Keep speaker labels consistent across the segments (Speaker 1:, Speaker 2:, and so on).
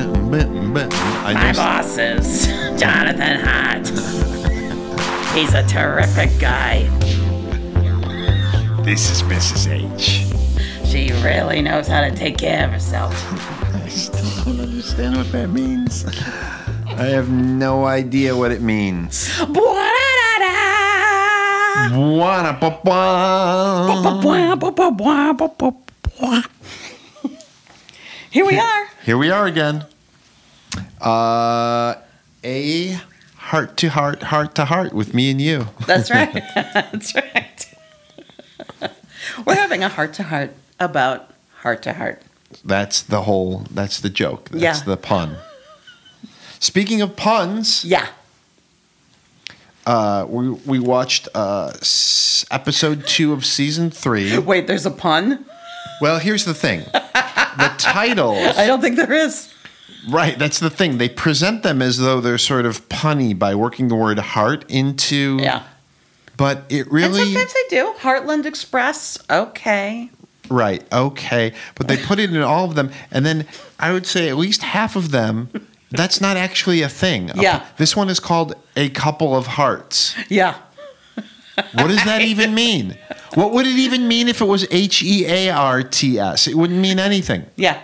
Speaker 1: I
Speaker 2: My
Speaker 1: know
Speaker 2: boss is Jonathan Hart. He's a terrific guy.
Speaker 1: this is Mrs. H.
Speaker 2: She really knows how to take care of herself.
Speaker 1: I still don't understand what that means. I have no idea what it means.
Speaker 2: Bwa-da-da-da.
Speaker 1: Wa-da-ba-ba.
Speaker 2: Bwa, bwa, bwa, bwa, bwa, bwa, bwa. Here we are.
Speaker 1: Here we are again. Uh, a heart to heart, heart to heart with me and you.
Speaker 2: That's right. That's right. We're having a heart to heart about heart to heart.
Speaker 1: That's the whole. That's the joke. That's
Speaker 2: Yeah.
Speaker 1: the pun. Speaking of puns,
Speaker 2: Yeah.
Speaker 1: uh, we we watched uh, s- episode two of season three.
Speaker 2: Wait, there's a pun?
Speaker 1: Well, here's the thing. The titles,
Speaker 2: I don't think there is.
Speaker 1: right? That's the thing. They present them as though they're sort of punny by working the word "heart" into.
Speaker 2: Yeah.
Speaker 1: But it
Speaker 2: And
Speaker 1: Mm. really
Speaker 2: sometimes they do. Heartland Express. Okay.
Speaker 1: right. Okay, but they put it in all of them, and then I would say at least half of them. That's not actually a thing.
Speaker 2: Yeah.
Speaker 1: This one is called a couple of hearts.
Speaker 2: Yeah.
Speaker 1: What does that even mean? What would it even mean if it was H E A R T S? It wouldn't mean anything.
Speaker 2: Yeah.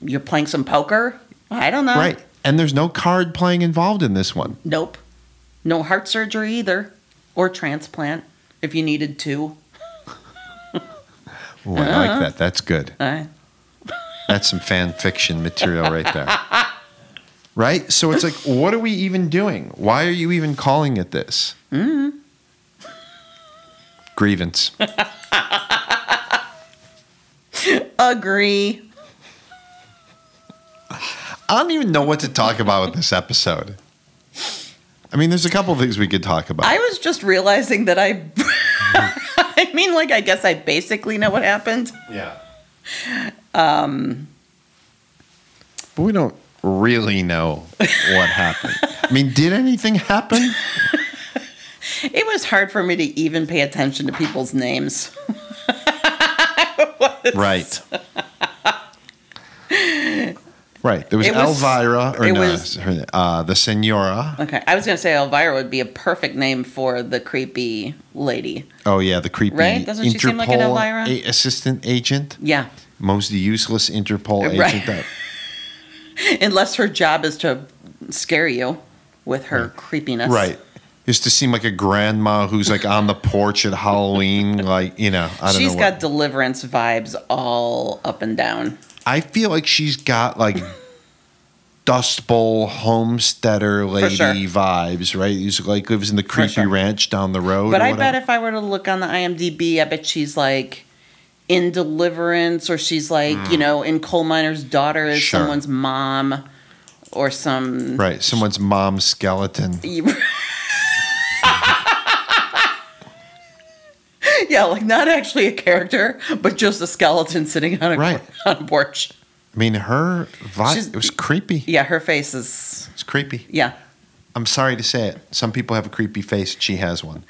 Speaker 2: You're playing some poker? I don't know.
Speaker 1: Right. And there's no card playing involved in this one.
Speaker 2: Nope. No heart surgery either or transplant if you needed to.
Speaker 1: Ooh, I
Speaker 2: Uh-huh.
Speaker 1: like that. That's good.
Speaker 2: Uh,
Speaker 1: That's some fan fiction material right there. Right? So it's like, what are we even doing? Why are you even calling it this? Mm. Grievance.
Speaker 2: agree.
Speaker 1: I don't even know what to talk about with this episode. I mean, there's a couple of things we could talk about.
Speaker 2: I was just realizing that I. I mean, like, I guess I basically know what happened.
Speaker 1: Yeah. Um. But we don't really know what happened. I mean, did anything happen?
Speaker 2: It was hard for me to even pay attention to people's names. It was-
Speaker 1: Right. Right. There was,
Speaker 2: It was-
Speaker 1: Elvira, or
Speaker 2: it
Speaker 1: no,
Speaker 2: was-
Speaker 1: her- uh, the Senora.
Speaker 2: Okay, I was gonna say Elvira would be a perfect name for the creepy lady.
Speaker 1: Oh yeah, the creepy
Speaker 2: Right? Doesn't
Speaker 1: Interpol
Speaker 2: she seem like an Elvira?
Speaker 1: a- assistant agent,
Speaker 2: Yeah,
Speaker 1: most useless Interpol
Speaker 2: Right.
Speaker 1: agent. That,
Speaker 2: unless her job is to scare you with her creepiness.
Speaker 1: right. Used to seem like a grandma who's like on the porch at Halloween, like you know. I don't know.
Speaker 2: She's
Speaker 1: what-
Speaker 2: got deliverance vibes all up and down.
Speaker 1: I feel like she's got like Dust Bowl homesteader lady
Speaker 2: sure.
Speaker 1: vibes, right? She's like lives in the creepy
Speaker 2: sure.
Speaker 1: ranch down the road.
Speaker 2: But
Speaker 1: or
Speaker 2: I bet
Speaker 1: whatever.
Speaker 2: if I were to look on the IMDb, I bet she's like in deliverance, or she's like, you know, in coal miner's daughter is
Speaker 1: Hmm. Sure.
Speaker 2: someone's mom, or some
Speaker 1: right, someone's mom's skeleton.
Speaker 2: yeah, like not actually a character, but just a skeleton sitting on a
Speaker 1: Right.
Speaker 2: on a porch.
Speaker 1: I mean, her
Speaker 2: She's- e-,
Speaker 1: vibe. It was creepy.
Speaker 2: Yeah, her face is
Speaker 1: It's creepy.
Speaker 2: yeah.
Speaker 1: I'm sorry to say it. Some people have a creepy face. She has one.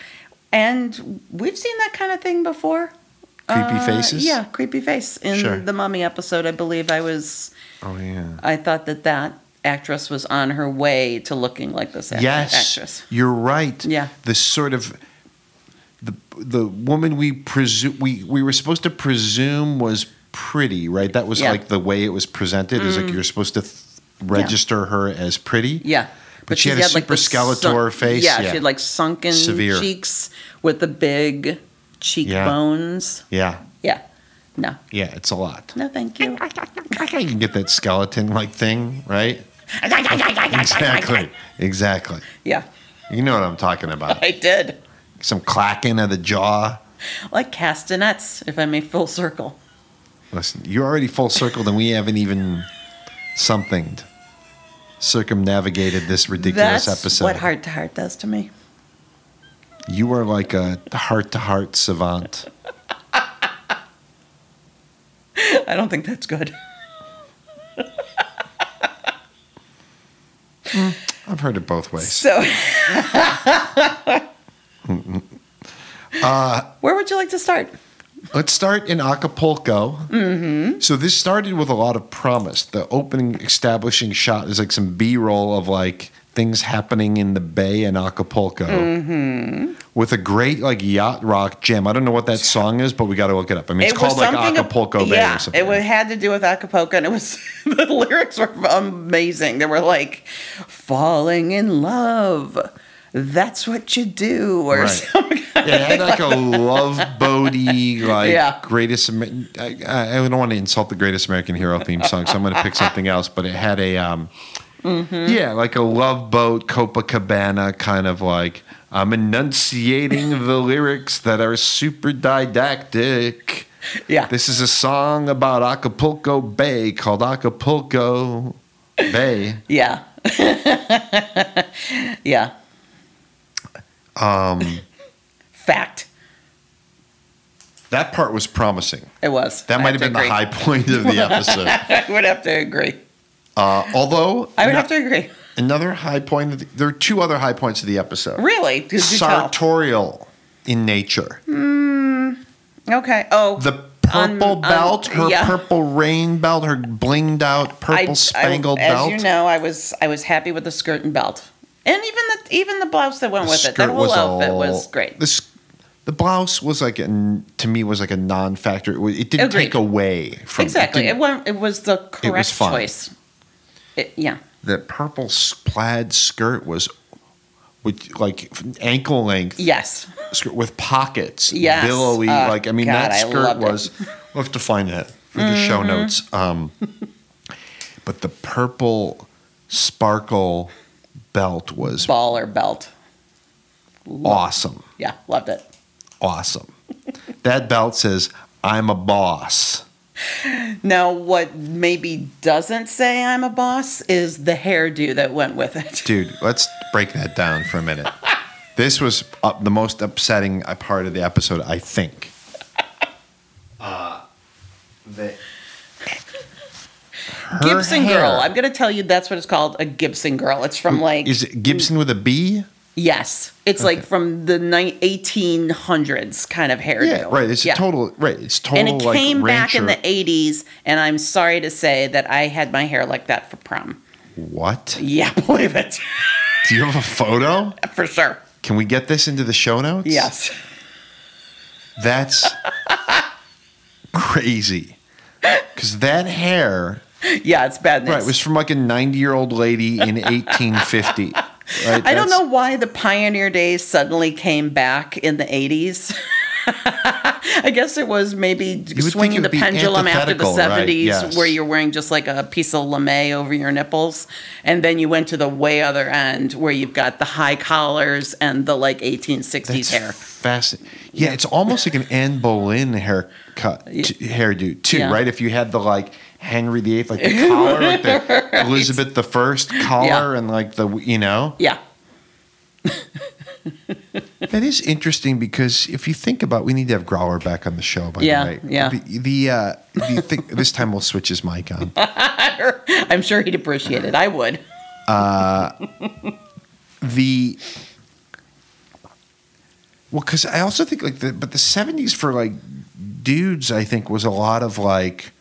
Speaker 2: And we've seen that kind of thing before.
Speaker 1: Creepy
Speaker 2: Uh,
Speaker 1: faces.
Speaker 2: Yeah, creepy face. In
Speaker 1: Sure.
Speaker 2: the mummy episode, I believe I was
Speaker 1: Oh yeah.
Speaker 2: I thought that that actress was on her way to looking like this act-
Speaker 1: yes,
Speaker 2: actress.
Speaker 1: you're right.
Speaker 2: Yeah.
Speaker 1: the sort of the the woman we presume we we were supposed to presume was pretty, right? That was
Speaker 2: Yeah. Mm.
Speaker 1: like the way it was presented. Is like you're supposed to th- register her as pretty.
Speaker 2: Yeah.
Speaker 1: But she had a super
Speaker 2: the
Speaker 1: Skeletor face,
Speaker 2: Yeah,
Speaker 1: yeah.
Speaker 2: she had like sunken
Speaker 1: Severe.
Speaker 2: cheeks with the big cheekbones.
Speaker 1: yeah,
Speaker 2: Yeah. No.
Speaker 1: yeah. It's a lot.
Speaker 2: No, thank you.
Speaker 1: I can get that skeleton like thing, right? Exactly, exactly.
Speaker 2: Yeah,
Speaker 1: You know what I'm talking about.
Speaker 2: I did.
Speaker 1: Some clacking of the jaw.
Speaker 2: Like castanets, if I may full circle.
Speaker 1: Listen, you're already full circled, and we haven't even somethinged, circumnavigated this ridiculous
Speaker 2: That's
Speaker 1: episode.
Speaker 2: what heart to heart does to me.
Speaker 1: you are like a heart to heart savant.
Speaker 2: I don't think that's good.
Speaker 1: I've heard it both ways.
Speaker 2: So,
Speaker 1: Uh,
Speaker 2: where would you like to start?
Speaker 1: Let's start in Acapulco.
Speaker 2: Mm-hmm.
Speaker 1: So this started with a lot of promise. The opening establishing shot is like some B-roll of like things happening in the bay in Acapulco.
Speaker 2: Mm-hmm.
Speaker 1: With a great like yacht rock jam. I don't know what that song is, but we got to look it up. I mean, it's called like
Speaker 2: something-
Speaker 1: Acapulco Bay
Speaker 2: yeah,
Speaker 1: or something.
Speaker 2: It wa- had to do with Acapulco, and it was the lyrics were amazing. They were like, "Falling in love, that's what you do," or
Speaker 1: Right.
Speaker 2: something.
Speaker 1: Yeah, it had like a love boaty, like
Speaker 2: Yeah.
Speaker 1: greatest. Amer- I, I I don't want to insult the greatest American hero theme song, so I'm going to pick something else. But it had a, um,
Speaker 2: Mm-hmm.
Speaker 1: yeah, like a love boat Copacabana kind of like. I'm enunciating the lyrics that are super didactic.
Speaker 2: Yeah,
Speaker 1: This is a song about Acapulco Bay called Acapulco Bay.
Speaker 2: yeah, yeah.
Speaker 1: Um,
Speaker 2: Fact,
Speaker 1: that part was promising.
Speaker 2: it was.
Speaker 1: That
Speaker 2: I
Speaker 1: might have
Speaker 2: to
Speaker 1: been the
Speaker 2: agree.
Speaker 1: high point of the episode.
Speaker 2: I would have to agree.
Speaker 1: Uh, although
Speaker 2: I would
Speaker 1: no-
Speaker 2: have to agree.
Speaker 1: Another high point. Of the, there are two other high points of the episode.
Speaker 2: Really? Did you tell?
Speaker 1: Sartorial in nature.
Speaker 2: Okay. Oh,
Speaker 1: The purple
Speaker 2: Um, um,
Speaker 1: belt, her
Speaker 2: yeah.
Speaker 1: purple rain belt, her blinged out purple spangled
Speaker 2: as
Speaker 1: belt.
Speaker 2: you know, I was I was happy with the skirt and belt, and even the even the blouse that went
Speaker 1: The
Speaker 2: with it. That
Speaker 1: skirt
Speaker 2: whole outfit
Speaker 1: all-
Speaker 2: was great.
Speaker 1: The, sk- the blouse was like, an, to me, was like a non-factor. It, wa- it didn't
Speaker 2: Agreed.
Speaker 1: take away from
Speaker 2: Exactly.
Speaker 1: It
Speaker 2: It,
Speaker 1: didn't-
Speaker 2: went, it was the correct
Speaker 1: fun.
Speaker 2: choice. It, yeah.
Speaker 1: that purple s- plaid skirt was, with like ankle length.
Speaker 2: Yes.
Speaker 1: skirt with pockets,
Speaker 2: Yes.
Speaker 1: billowy.
Speaker 2: Oh,
Speaker 1: like I mean,
Speaker 2: God,
Speaker 1: that
Speaker 2: I
Speaker 1: skirt
Speaker 2: loved it. Mm-hmm.
Speaker 1: was. We'll have to find that for the show notes. Um, but the purple sparkle belt was
Speaker 2: Baller belt.
Speaker 1: awesome,
Speaker 2: Yeah. Loved it.
Speaker 1: awesome. that belt says, "I'm a boss."
Speaker 2: Now, what maybe doesn't say I'm a boss is the hairdo that went with it.
Speaker 1: Dude, let's break that down for a minute. This was uh, the most upsetting uh, part of the episode, I think. Uh, the, her
Speaker 2: Gibson
Speaker 1: hair-
Speaker 2: girl. I'm going to tell you that's what it's called a Gibson girl. It's from like,
Speaker 1: Is it Gibson with a B?
Speaker 2: yes. It's like from the ni- 1800s kind of hairdo.
Speaker 1: Yeah, right. It's
Speaker 2: Yeah.
Speaker 1: a total right. It's total
Speaker 2: And it
Speaker 1: like
Speaker 2: came back in
Speaker 1: rancher.
Speaker 2: the 80s, and I'm sorry to say that I had my hair like that for prom.
Speaker 1: What?
Speaker 2: Yeah, believe it.
Speaker 1: Do you have a photo?
Speaker 2: for sure.
Speaker 1: Can we get this into the show notes?
Speaker 2: Yes.
Speaker 1: That's crazy. Cuz that hair
Speaker 2: Yeah, it's bad news.
Speaker 1: right was from like a 90-year-old lady in 1850. Right?
Speaker 2: I don't
Speaker 1: That's-
Speaker 2: know why the pioneer days suddenly came back in the 80s. I guess it was maybe
Speaker 1: would think it
Speaker 2: swinging the
Speaker 1: would be
Speaker 2: pendulum after the
Speaker 1: antithetical,
Speaker 2: 70s
Speaker 1: right, yes.
Speaker 2: where you're wearing just like a piece of lame over your nipples and then you went to the way other end where you've got the high collars and the like 1860s hair.
Speaker 1: Fascinating. Yeah, it's almost like an Anne Boleyn haircut, t- hairdo too,
Speaker 2: Yeah.
Speaker 1: right? If you had the like Henry VIII, like the collar, like the Elizabeth the First collar,
Speaker 2: Yeah.
Speaker 1: and like the you know
Speaker 2: Yeah.
Speaker 1: that is interesting because if you think about, we need to have Growler back on the show. By
Speaker 2: Yeah,
Speaker 1: the way,
Speaker 2: yeah.
Speaker 1: The, the, uh, the thing, this time we'll switch his mic on.
Speaker 2: I'm sure he'd appreciate it. I would.
Speaker 1: the well because i also think like the but the 70s for like dudes i think was a lot of like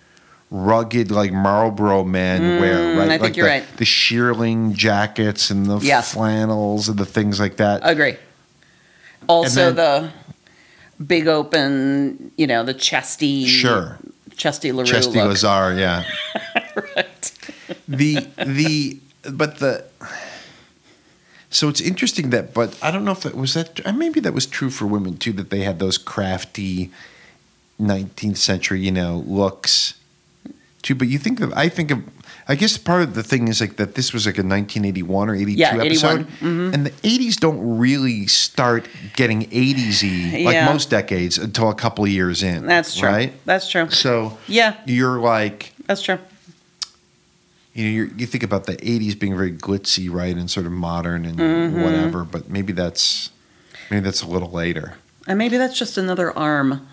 Speaker 1: rugged like marlboro man wear right
Speaker 2: Mm, I think
Speaker 1: like
Speaker 2: you're
Speaker 1: the,
Speaker 2: right.
Speaker 1: the shearling jackets and the
Speaker 2: Yes.
Speaker 1: flannels and the things like that
Speaker 2: Agree. Also
Speaker 1: And
Speaker 2: the big open, you know, the chesty
Speaker 1: sure
Speaker 2: chesty LaRue
Speaker 1: chesty
Speaker 2: look.
Speaker 1: lazar yeah
Speaker 2: Right.
Speaker 1: the the but the so it's interesting that but i don't know if that was that uh, maybe that was true for women too that they had those crafty 19th century you know looks too but you think of i think of i guess part of the thing is like that this was like a 1981 or 82
Speaker 2: Yeah, mm-hmm. 81.
Speaker 1: episode and the 80s don't really start getting 80s like
Speaker 2: Yeah.
Speaker 1: most decades until a couple of years in
Speaker 2: That's true.
Speaker 1: right
Speaker 2: That's true.
Speaker 1: so
Speaker 2: Yeah,
Speaker 1: you're like
Speaker 2: that's true.
Speaker 1: you know, you're, you think about the '80s being very glitzy, right, and sort of modern and
Speaker 2: Mm-hmm.
Speaker 1: whatever. But maybe that's maybe that's a little later.
Speaker 2: And maybe that's just another arm.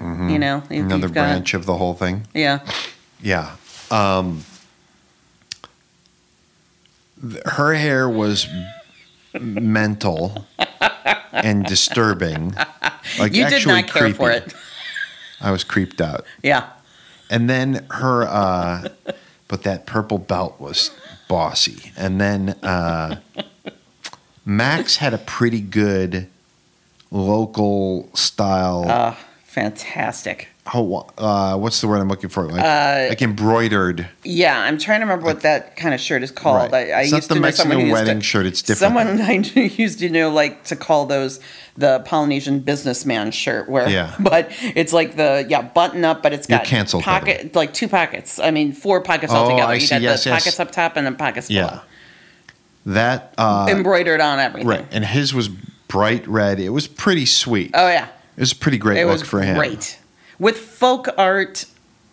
Speaker 2: You know, if
Speaker 1: Mm-hmm. Another
Speaker 2: you've got-
Speaker 1: branch of the whole thing.
Speaker 2: Yeah,
Speaker 1: Yeah. Um, th- her hair was mental and disturbing. Like
Speaker 2: you did
Speaker 1: actually
Speaker 2: not care for
Speaker 1: creepy.
Speaker 2: it.
Speaker 1: I was creeped out.
Speaker 2: Yeah.
Speaker 1: And then her, uh, but that purple belt was bossy. And then uh, Max had a pretty good local style.
Speaker 2: Uh, fantastic.
Speaker 1: Hawa- uh, what's the word I'm looking for? Like,
Speaker 2: uh,
Speaker 1: like embroidered.
Speaker 2: Yeah, I'm trying to remember what that kind of shirt is called.
Speaker 1: Right.
Speaker 2: I, I
Speaker 1: It's not
Speaker 2: used
Speaker 1: the
Speaker 2: to know someone
Speaker 1: Mexican
Speaker 2: who used
Speaker 1: wedding
Speaker 2: to,
Speaker 1: shirt, it's different.
Speaker 2: Someone I knew used to know like to call those the Polynesian businessman shirt, where
Speaker 1: Yeah.
Speaker 2: but it's like the yeah button up, but it's
Speaker 1: You're
Speaker 2: got
Speaker 1: canceled, by the
Speaker 2: pocket like two pockets. I mean four pockets
Speaker 1: Oh,
Speaker 2: altogether.
Speaker 1: I
Speaker 2: you
Speaker 1: see.
Speaker 2: got
Speaker 1: Yes,
Speaker 2: the
Speaker 1: yes.
Speaker 2: pockets up top and then pockets
Speaker 1: Yeah.
Speaker 2: below,
Speaker 1: Uh, That, uh,
Speaker 2: embroidered on everything.
Speaker 1: right. And his was bright red. It was pretty sweet.
Speaker 2: Oh yeah,
Speaker 1: It was a pretty great
Speaker 2: it
Speaker 1: look
Speaker 2: was
Speaker 1: for him.
Speaker 2: great with folk art.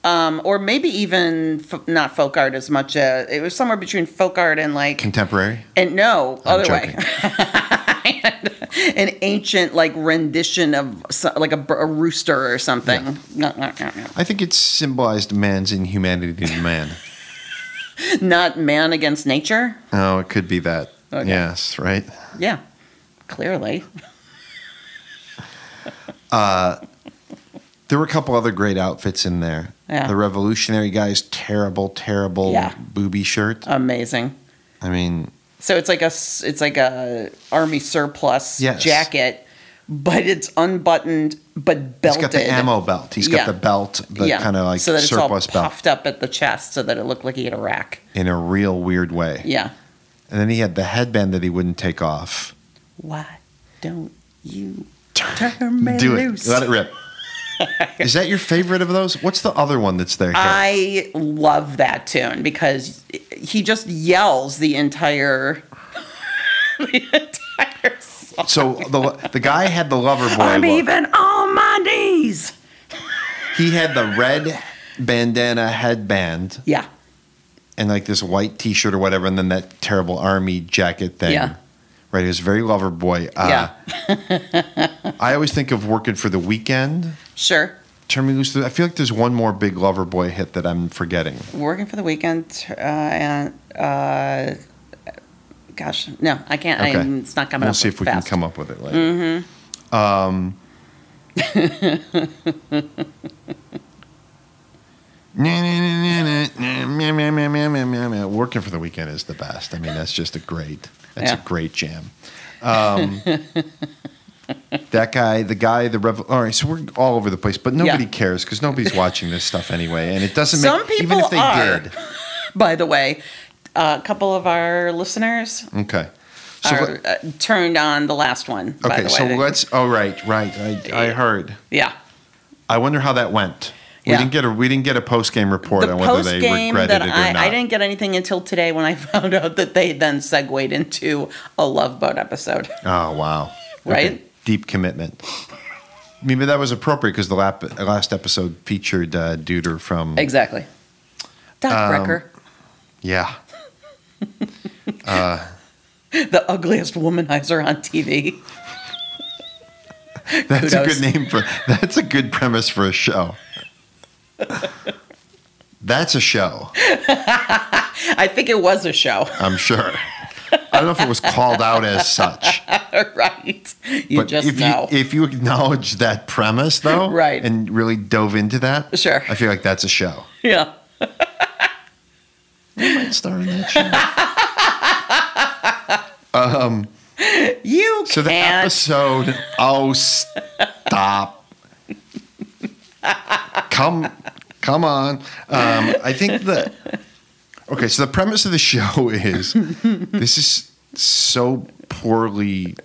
Speaker 2: Um, or maybe even f- not folk art as much as it was somewhere between folk art and like
Speaker 1: Contemporary.
Speaker 2: And no,
Speaker 1: I'm
Speaker 2: other
Speaker 1: joking.
Speaker 2: way. An ancient like rendition of so- like a, br- a rooster or something.
Speaker 1: I think it symbolized man's inhumanity to man.
Speaker 2: Not man against nature.
Speaker 1: oh, it could be that.
Speaker 2: Okay.
Speaker 1: Yes, right?
Speaker 2: Yeah, clearly.
Speaker 1: There were a couple other great outfits in there.
Speaker 2: Yeah.
Speaker 1: The revolutionary guy's terrible, terrible
Speaker 2: Yeah.
Speaker 1: booby shirt.
Speaker 2: Amazing.
Speaker 1: I mean,
Speaker 2: So it's like a s- it's like a army surplus
Speaker 1: Yes.
Speaker 2: jacket, but it's unbuttoned but
Speaker 1: he's
Speaker 2: belted.
Speaker 1: got the ammo belt. He's got
Speaker 2: Yeah.
Speaker 1: the belt, the kind of like
Speaker 2: so that it's all
Speaker 1: surplus belt
Speaker 2: puffed up at the chest, so that it looked like he had a rack.
Speaker 1: in a real weird way.
Speaker 2: Yeah.
Speaker 1: And then he had the headband that he wouldn't take off.
Speaker 2: Why don't you turn me
Speaker 1: Do it.
Speaker 2: loose?
Speaker 1: Let it rip. Is that your favorite of those? What's the other one that's there? Kate?
Speaker 2: I love that tune because he just yells the entire the entire song.
Speaker 1: so the the guy had the lover boy.
Speaker 2: I'm
Speaker 1: look.
Speaker 2: even on my knees.
Speaker 1: He had the red bandana headband
Speaker 2: Yeah.
Speaker 1: and like this white T-shirt or whatever, and then that terrible army jacket thing.
Speaker 2: Yeah.
Speaker 1: Right. He was very lover boy. Uh,
Speaker 2: yeah.
Speaker 1: I always think of working for the weekend.
Speaker 2: Sure.
Speaker 1: Turn me loose. I feel like there's one more big lover boy hit that I'm forgetting.
Speaker 2: Working for the weekend uh, and uh, gosh, no, I can't.
Speaker 1: Okay.
Speaker 2: I'm, it's not coming
Speaker 1: We'll
Speaker 2: up. Mm-hmm.
Speaker 1: see if we can come up with it later. Um, Working for the weekend is the best. I mean, that's just a great. That's
Speaker 2: Yeah.
Speaker 1: a great jam. Um, that guy, the guy, the rev. All right, so we're all over the place, but nobody
Speaker 2: Yeah.
Speaker 1: cares because nobody's watching this stuff anyway, and it doesn't make.
Speaker 2: Some
Speaker 1: even
Speaker 2: people
Speaker 1: if they
Speaker 2: are.
Speaker 1: did.
Speaker 2: By the way, a couple of our listeners
Speaker 1: Okay. So
Speaker 2: are,
Speaker 1: let-
Speaker 2: uh, turned on the last one. by
Speaker 1: okay,
Speaker 2: the way.
Speaker 1: so
Speaker 2: They-
Speaker 1: let's. Oh, right, right. I, I heard.
Speaker 2: Yeah.
Speaker 1: I wonder how that went. We
Speaker 2: Yeah.
Speaker 1: didn't get a we didn't get a post game report
Speaker 2: the
Speaker 1: on whether
Speaker 2: post
Speaker 1: they
Speaker 2: game that
Speaker 1: regretted it or
Speaker 2: I,
Speaker 1: not.
Speaker 2: I didn't get anything until today when I found out that they then segued into a Love Boat episode.
Speaker 1: Oh wow!
Speaker 2: Right?
Speaker 1: deep commitment. Maybe that was appropriate because the lap, last episode featured uh, Duder from
Speaker 2: Exactly. Doc
Speaker 1: Um,
Speaker 2: Brecker,
Speaker 1: yeah.
Speaker 2: the ugliest womanizer on TV. Kudos.
Speaker 1: That's a good name for. That's a good premise for a show. that's a show,
Speaker 2: I think it was a show,
Speaker 1: I'm sure. I don't know if it was called out as such.
Speaker 2: right? You just
Speaker 1: if
Speaker 2: know.
Speaker 1: you if you acknowledge that premise though,
Speaker 2: Right.
Speaker 1: and really dove into that,
Speaker 2: Sure.
Speaker 1: I feel like that's a show.
Speaker 2: yeah.
Speaker 1: might star in that show.
Speaker 2: You
Speaker 1: So the
Speaker 2: can't.
Speaker 1: episode. Oh, stop! come, come on. Um, I think the. Okay, so the premise of the show is this is so poorly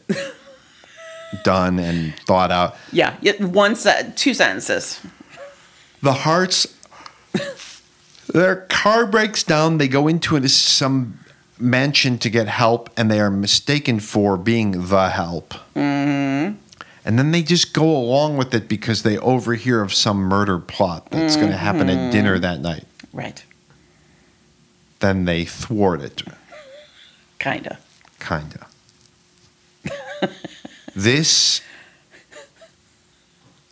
Speaker 1: done and thought out.
Speaker 2: yeah. yeah, One set, two sentences.
Speaker 1: the hearts their car breaks down they go into this- some mansion to get help and they are mistaken for being the help and then they just go along with it because they overhear of some murder plot that's going to happen at dinner that night
Speaker 2: Right.
Speaker 1: then they thwart it
Speaker 2: Kinda.
Speaker 1: kinda this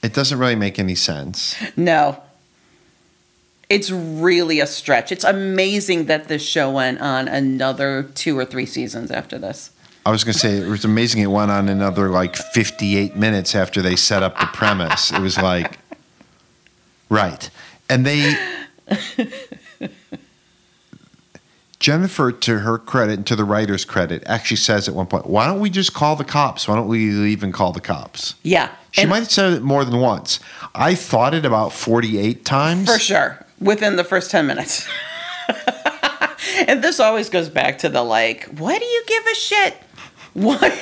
Speaker 1: it doesn't really make any sense
Speaker 2: No. It's really a stretch. It's amazing that this show went on another two or three seasons after this.
Speaker 1: I was going to say it was amazing. It went on another like 58 minutes after they set up the premise. It was like, Right. And they. Jennifer, to her credit and to the writer's credit, actually says at one point, why don't we just call the cops? Why don't we even call the cops?
Speaker 2: Yeah.
Speaker 1: She
Speaker 2: and
Speaker 1: might have said it more than once. I thought it about 48 times.
Speaker 2: For sure. Within the first 10 minutes. and this always goes back to the like, why do you give a shit? Why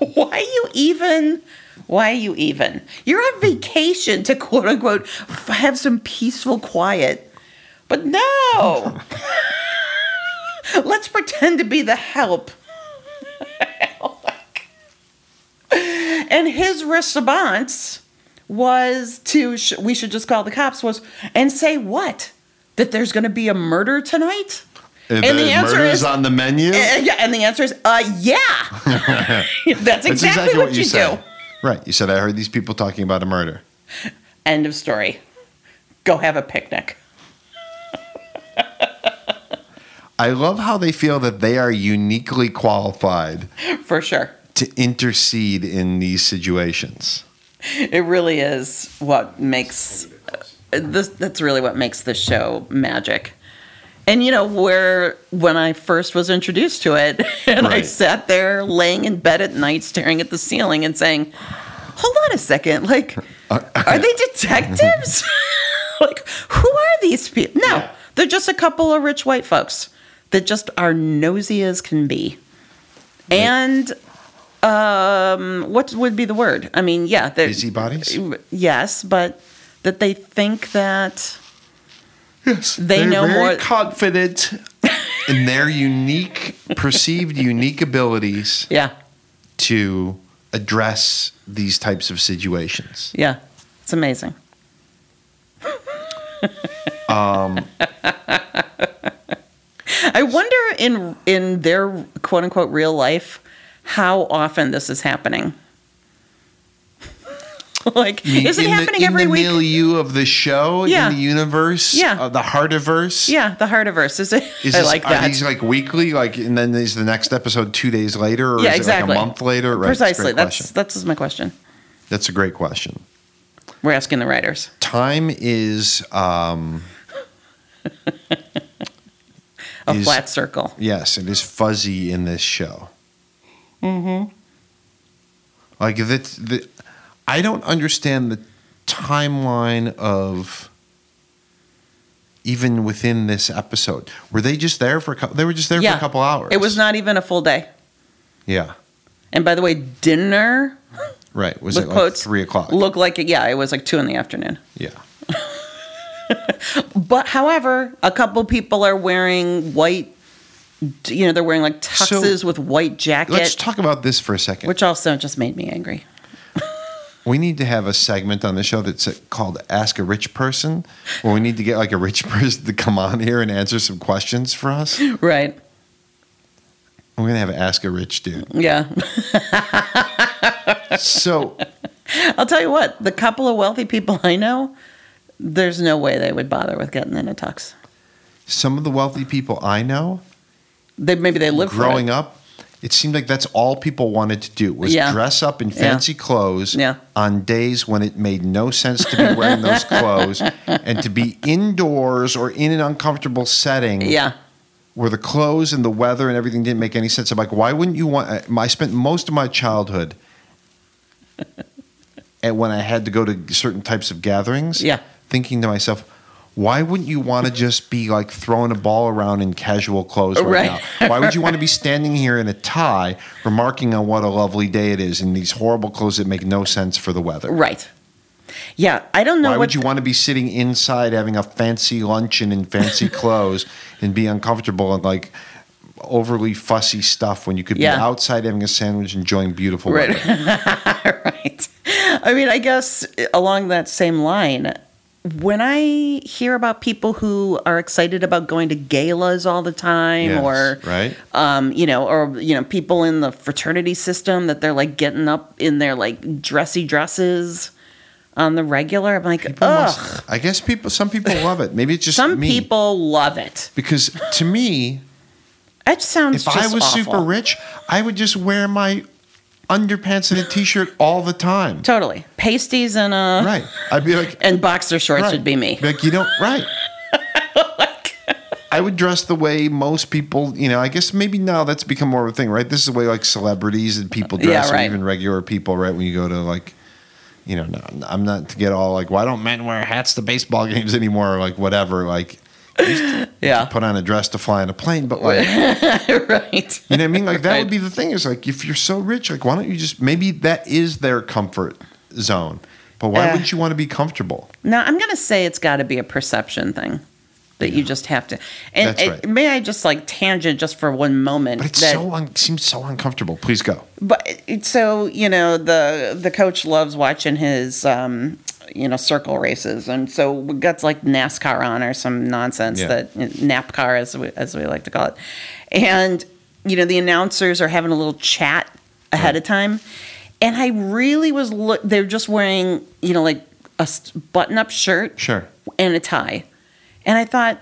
Speaker 2: why you even why you even? You're on vacation to quote unquote f- have some peaceful quiet. But no. Let's pretend to be the help. Oh and his response was to sh- we should just call the cops was and say what that there's going to be a murder tonight
Speaker 1: And,
Speaker 2: And
Speaker 1: Uh, the,
Speaker 2: the answer
Speaker 1: murder's
Speaker 2: is- e-,
Speaker 1: on the menu.
Speaker 2: and, yeah, and the answer is uh yeah that's exactly, what, you, do
Speaker 1: said. Right. You said, I heard these people talking about a murder.
Speaker 2: end of story go have a picnic
Speaker 1: I love how they feel that they are uniquely qualified
Speaker 2: for sure
Speaker 1: to intercede in these situations.
Speaker 2: it really is what makes uh, this that's really what makes the show magic and you know where when i first was introduced to it and i
Speaker 1: Right.
Speaker 2: sat there laying in bed at night staring at the ceiling and saying hold on a second like are they detectives like who are these people no
Speaker 1: Yeah.
Speaker 2: they're just a couple of rich white folks that just are nosy as can be and um what would be the word i mean yeah they're-
Speaker 1: Busybodies?
Speaker 2: yes but that they think that
Speaker 1: Yes.
Speaker 2: They know
Speaker 1: very
Speaker 2: more-
Speaker 1: confident in their unique, perceived unique abilities
Speaker 2: yeah
Speaker 1: to address these types of situations.
Speaker 2: yeah it's amazing
Speaker 1: Um,
Speaker 2: i wonder in in their quote unquote real life how often this is happening like is it
Speaker 1: in
Speaker 2: happening
Speaker 1: the,
Speaker 2: every
Speaker 1: in the
Speaker 2: week
Speaker 1: milieu of the show,
Speaker 2: Yeah.
Speaker 1: in the universe,
Speaker 2: Yeah.
Speaker 1: of the heartiverse?
Speaker 2: yeah the heartiverse is it
Speaker 1: Is
Speaker 2: i
Speaker 1: this,
Speaker 2: like
Speaker 1: are
Speaker 2: that
Speaker 1: these like weekly? Like, and then is the next episode two days later, or
Speaker 2: Yeah,
Speaker 1: is
Speaker 2: exactly.
Speaker 1: it like a month later? Right, it's a great
Speaker 2: precisely that's
Speaker 1: question.
Speaker 2: that's my question
Speaker 1: that's a great question.
Speaker 2: we're asking the writers
Speaker 1: Time is um,
Speaker 2: a
Speaker 1: Is-
Speaker 2: flat circle
Speaker 1: yes, it is fuzzy in this show. Mm-hmm. Like that, the, I don't understand the timeline of even within this episode. Were they just there for a couple? They were just there for a couple hours.
Speaker 2: It was not even a full day.
Speaker 1: Yeah,
Speaker 2: And by the way, dinner
Speaker 1: right. Was
Speaker 2: with
Speaker 1: it like
Speaker 2: quotes
Speaker 1: three o'clock?
Speaker 2: Looked like it. Yeah, it was like two in the afternoon.
Speaker 1: yeah.
Speaker 2: But however, a couple people are wearing white. You know, they're wearing like tuxes with white
Speaker 1: Let's
Speaker 2: jacket,
Speaker 1: talk about this for a second.
Speaker 2: which also just made me angry.
Speaker 1: we need to have a segment on the show that's called Ask a Rich Person, where we need to get like a rich person to come on here and answer some questions for us. We're
Speaker 2: Right.
Speaker 1: going to have Ask a Rich Dude.
Speaker 2: Yeah.
Speaker 1: So,
Speaker 2: I'll tell you what. The couple of wealthy people I know, there's no way they would bother with getting in a tux.
Speaker 1: some of the wealthy people I know
Speaker 2: They maybe they live
Speaker 1: growing up, it seemed like that's all people wanted to do was
Speaker 2: Yeah.
Speaker 1: dress up in
Speaker 2: Yeah.
Speaker 1: fancy clothes
Speaker 2: Yeah.
Speaker 1: on days when it made no sense to be wearing those clothes and to be indoors or in an uncomfortable setting.
Speaker 2: Yeah.
Speaker 1: where the clothes and the weather and everything didn't make any sense. I'm like, why wouldn't you want? I spent most of my childhood, and when I had to go to certain types of gatherings,
Speaker 2: Yeah.
Speaker 1: thinking to myself, why wouldn't you want to just be like throwing a ball around in casual clothes right,
Speaker 2: Right.
Speaker 1: now? Why would you want to be standing here in a tie, remarking on what a lovely day it is in these horrible clothes that make no sense for the weather?
Speaker 2: Right. Yeah. I don't know
Speaker 1: Why
Speaker 2: what
Speaker 1: would you want to be sitting inside having a fancy luncheon in fancy clothes and be uncomfortable and like overly fussy stuff when you could be
Speaker 2: Yeah.
Speaker 1: outside having a sandwich enjoying beautiful
Speaker 2: Right.
Speaker 1: weather?
Speaker 2: right. I mean, I guess along that same line, when I hear about people who are excited about going to galas all the time,
Speaker 1: Yes,
Speaker 2: or
Speaker 1: right?
Speaker 2: um, you know, or you know, people in the fraternity system that they're like getting up in their like dressy dresses on the regular, I'm like,
Speaker 1: People
Speaker 2: ugh.
Speaker 1: must- I guess people some people love it. Maybe it's just
Speaker 2: Some
Speaker 1: me.
Speaker 2: people love it.
Speaker 1: because to me,
Speaker 2: That sounds.
Speaker 1: if
Speaker 2: just
Speaker 1: I was
Speaker 2: awful.
Speaker 1: super rich, I would just wear my underpants and a t-shirt all the time.
Speaker 2: Totally. Pasties and uh
Speaker 1: Right. I'd be like,
Speaker 2: and boxer shorts
Speaker 1: right.
Speaker 2: would be me.
Speaker 1: Like you don't right. I would dress the way most people, you know. I guess maybe now that's become more of a thing, right? This is the way like celebrities and people
Speaker 2: Yeah,
Speaker 1: dress, or
Speaker 2: right.
Speaker 1: even regular people, right? When you go to like, you know, no, I'm not to get all like, why don't men wear hats to baseball games anymore? Or, like whatever, like
Speaker 2: yeah.
Speaker 1: put on a dress to fly on a plane, but like.
Speaker 2: right.
Speaker 1: You know what I mean? Like that
Speaker 2: Right.
Speaker 1: would be the thing. Is like if you're so rich, like why don't you just maybe that is their comfort zone? But why
Speaker 2: Uh.
Speaker 1: wouldn't you want to be comfortable?
Speaker 2: Now I'm gonna say it's got to be a perception thing that you just have to. And
Speaker 1: That's
Speaker 2: it-
Speaker 1: right.
Speaker 2: may I just like tangent just for one moment?
Speaker 1: But it's
Speaker 2: that,
Speaker 1: so un- seems so uncomfortable. Please go.
Speaker 2: but it's so you know the the coach loves watching his um you know circle races and so we got like nascar on or some nonsense
Speaker 1: Yeah.
Speaker 2: that napcar as we, as we like to call it and you know the announcers are having a little chat ahead of time and i really was look they're just wearing you know like a button up shirt
Speaker 1: Sure.
Speaker 2: and a tie. And I thought,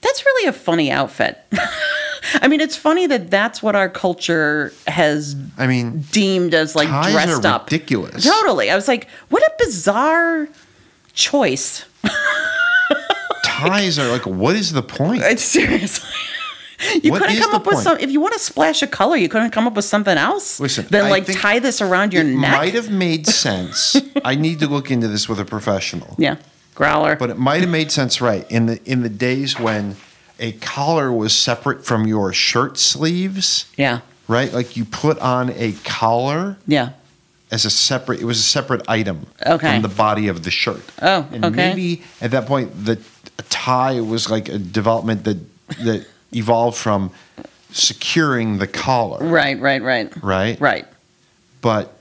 Speaker 2: that's really a funny outfit. I mean, it's funny that that's what our culture has
Speaker 1: I mean,
Speaker 2: deemed as like
Speaker 1: ties
Speaker 2: dressed
Speaker 1: are
Speaker 2: up.
Speaker 1: ridiculous.
Speaker 2: Totally. I was like, what a bizarre choice.
Speaker 1: Ties are like, what is the point?
Speaker 2: Uh, Seriously. You
Speaker 1: What
Speaker 2: couldn't
Speaker 1: is
Speaker 2: come
Speaker 1: the
Speaker 2: up with
Speaker 1: point?
Speaker 2: some. If you want to splash a color, you couldn't come up with something else.
Speaker 1: Listen,
Speaker 2: then
Speaker 1: I
Speaker 2: like
Speaker 1: think
Speaker 2: tie this around your
Speaker 1: It
Speaker 2: neck.
Speaker 1: might have made sense. I need to look into this with a professional.
Speaker 2: yeah, growler.
Speaker 1: But it might have made sense, right? In the in the days when a collar was separate from your shirt sleeves,
Speaker 2: yeah,
Speaker 1: right? Like you put on a collar.
Speaker 2: yeah.
Speaker 1: as a separate it was a separate item
Speaker 2: Okay.
Speaker 1: from the body of the shirt.
Speaker 2: Oh,
Speaker 1: and
Speaker 2: okay.
Speaker 1: maybe at that point the tie was like a development that that evolved from securing the collar,
Speaker 2: Right, right, right,
Speaker 1: right?
Speaker 2: right.
Speaker 1: But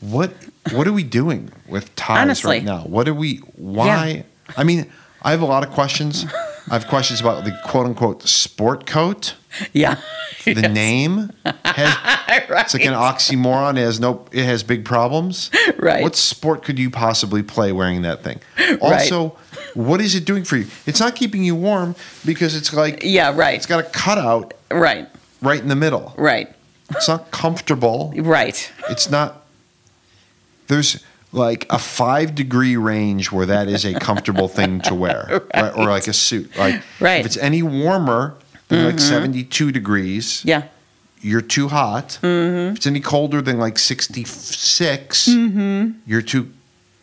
Speaker 1: what what are we doing with ties
Speaker 2: Honestly.
Speaker 1: right now? What are we why? I mean, I have a lot of questions. I have questions about the quote unquote sport coat,
Speaker 2: Yeah.
Speaker 1: the name. Has,
Speaker 2: right.
Speaker 1: it's like an oxymoron. It has no. It has big problems.
Speaker 2: Right.
Speaker 1: What sport could you possibly play wearing that thing? Also, what is it doing for you? It's not keeping you warm because it's like
Speaker 2: yeah, right,
Speaker 1: it's got a cutout
Speaker 2: right,
Speaker 1: right in the middle.
Speaker 2: right.
Speaker 1: It's not comfortable.
Speaker 2: Right.
Speaker 1: It's not. There's like a five degree range where that is a comfortable thing to wear, right. or like a suit. Like
Speaker 2: Right. Mm-hmm.
Speaker 1: if it's any warmer than like seventy two degrees,
Speaker 2: Yeah. Mm-hmm.
Speaker 1: you're too hot. If it's any colder than like 66,
Speaker 2: Mm-hmm.
Speaker 1: you're too.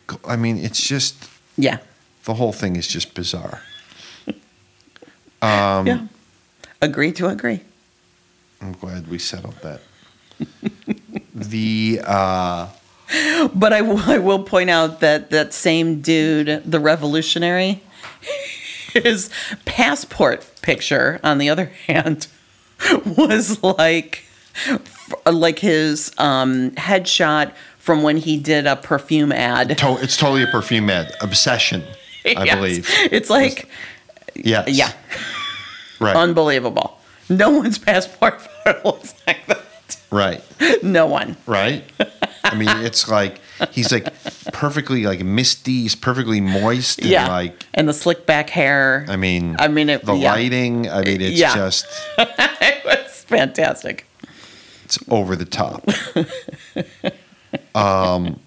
Speaker 1: co- I mean, it's just
Speaker 2: Yeah.
Speaker 1: the whole thing is just bizarre.
Speaker 2: yeah. Agree to agree.
Speaker 1: I'm glad we settled that. the uh,
Speaker 2: But I, w- I will point out that that same dude, the revolutionary, his passport picture, on the other hand, was like f- like his um, headshot from when he did a perfume ad.
Speaker 1: to- it's totally a perfume ad obsession, I
Speaker 2: Yes.
Speaker 1: believe.
Speaker 2: It's like,
Speaker 1: Yes.
Speaker 2: yeah,
Speaker 1: Right.
Speaker 2: unbelievable. No one's passport photo looks like that.
Speaker 1: right.
Speaker 2: No one.
Speaker 1: Right. I mean, it's like he's like perfectly like misty. He's perfectly moist. And
Speaker 2: yeah,
Speaker 1: Like
Speaker 2: and the slick back hair.
Speaker 1: I mean,
Speaker 2: I mean, it-
Speaker 1: the
Speaker 2: yeah.
Speaker 1: lighting. I mean, it's
Speaker 2: Yeah.
Speaker 1: just.
Speaker 2: it was fantastic.
Speaker 1: It's over the top. um,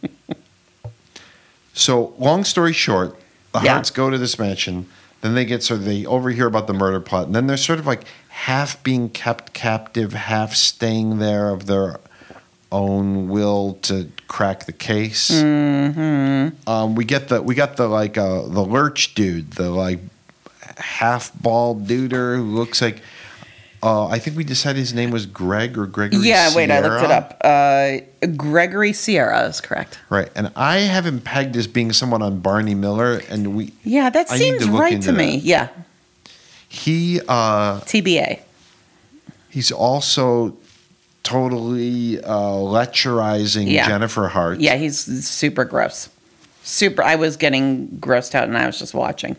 Speaker 1: so long story short, the
Speaker 2: Yeah.
Speaker 1: Hearts go to this mansion. Then they get so they overhear about the murder plot, and then they're sort of like half being kept captive, half staying there of their own will to crack the case.
Speaker 2: Mm.
Speaker 1: Um, we get the we got the like uh, the lurch dude, the like half bald duder who looks like. Uh, I think we decided his name was Greg or Gregory.
Speaker 2: Yeah, wait, I looked it
Speaker 1: Sierra.
Speaker 2: up. Uh, Gregory Sierra is correct.
Speaker 1: Right, and I have him pegged as being someone on Barney Miller, and we
Speaker 2: Yeah, that
Speaker 1: I need
Speaker 2: seems
Speaker 1: to look
Speaker 2: right
Speaker 1: into
Speaker 2: to me.
Speaker 1: that.
Speaker 2: Yeah,
Speaker 1: he uh,
Speaker 2: TBA.
Speaker 1: he's also totally uh, lecturizing
Speaker 2: Yeah.
Speaker 1: Jennifer Hart.
Speaker 2: Yeah, he's super gross. Super. I was getting grossed out, and I was just watching.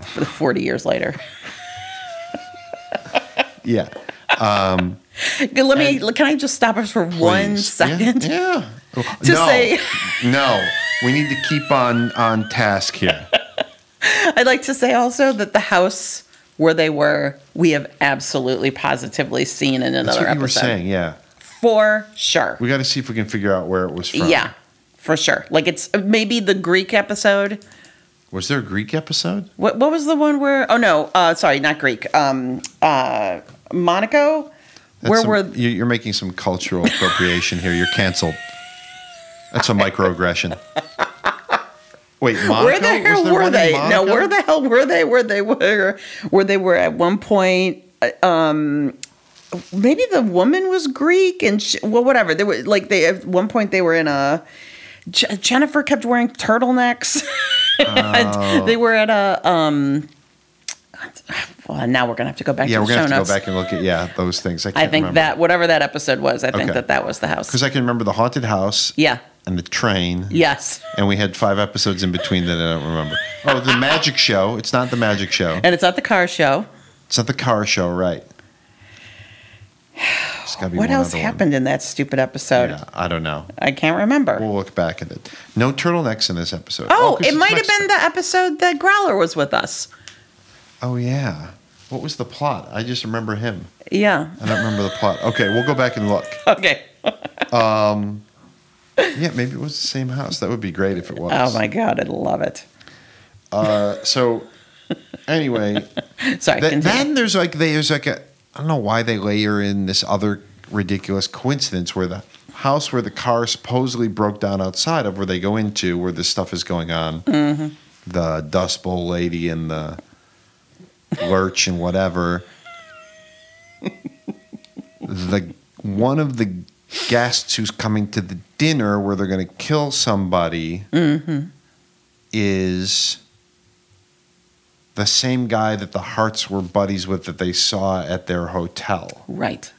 Speaker 2: For the Forty years later,
Speaker 1: yeah,
Speaker 2: let me. Can I just stop us for one
Speaker 1: Please. Yeah,
Speaker 2: second?
Speaker 1: Yeah,
Speaker 2: To
Speaker 1: no,
Speaker 2: say-
Speaker 1: no, we need to keep on on task here.
Speaker 2: I'd like to say also that the house where they were, we have absolutely positively seen in another
Speaker 1: That's what you
Speaker 2: episode.
Speaker 1: were saying. Yeah,
Speaker 2: for sure.
Speaker 1: We got to see if we can figure out where it was from.
Speaker 2: Yeah, for sure. Like it's uh, maybe the Greek episode.
Speaker 1: Was there a Greek episode?
Speaker 2: What what was the one where? Oh no, uh, sorry, not Greek. Um, uh, Monaco.
Speaker 1: That's
Speaker 2: where
Speaker 1: some-
Speaker 2: were
Speaker 1: you- you're making some cultural appropriation here? You're canceled. That's a microaggression. Wait, Monaco?
Speaker 2: where the
Speaker 1: Was
Speaker 2: hell
Speaker 1: there one
Speaker 2: were
Speaker 1: in
Speaker 2: they? No,
Speaker 1: Monaco?
Speaker 2: where the hell were they? Where they were? Where they were at one point? uh, Um, maybe the woman was Greek and she, well, whatever. They were like they at one point they were in a. Je- Jennifer kept wearing turtlenecks. And
Speaker 1: Oh.
Speaker 2: They were at a um. Well, now we're gonna have to go back
Speaker 1: Yeah,
Speaker 2: to
Speaker 1: we're
Speaker 2: the
Speaker 1: gonna
Speaker 2: show
Speaker 1: have
Speaker 2: notes.
Speaker 1: to go back and look at yeah those things. I,
Speaker 2: I
Speaker 1: can't
Speaker 2: think that whatever that episode was, I think
Speaker 1: Okay.
Speaker 2: that that was the house.
Speaker 1: because I can remember the haunted house
Speaker 2: Yeah.
Speaker 1: and the train.
Speaker 2: Yes.
Speaker 1: And we had five episodes in between that I don't remember. Oh, the magic show. It's not the magic show.
Speaker 2: And it's at the car show.
Speaker 1: It's not the car show, right? It's gotta be
Speaker 2: What
Speaker 1: one
Speaker 2: else
Speaker 1: other one.
Speaker 2: happened in that stupid episode?
Speaker 1: Yeah, I don't know.
Speaker 2: I can't remember.
Speaker 1: We'll look back at it. No turtlenecks in this episode.
Speaker 2: Oh,
Speaker 1: 'cause
Speaker 2: it
Speaker 1: it's
Speaker 2: might have
Speaker 1: Mexico.
Speaker 2: been the episode that Growler was with us.
Speaker 1: Oh yeah. What was the plot? I just remember him.
Speaker 2: Yeah.
Speaker 1: I don't remember the plot. Okay, we'll go back and look.
Speaker 2: Okay.
Speaker 1: Yeah, maybe it was the same house. That would be great if it was.
Speaker 2: Oh my god, I love it.
Speaker 1: Uh, so anyway,
Speaker 2: Sorry.
Speaker 1: Th-
Speaker 2: continue.
Speaker 1: then there's like there's like a I don't know why they layer in this other ridiculous coincidence where the house where the car supposedly broke down outside of where they go into where this stuff is going on the dust bowl lady and the lurch and whatever the one of the guests who's coming to the dinner where they're going to kill somebody is the same guy that the Hearts were buddies with that they saw at their hotel.
Speaker 2: right.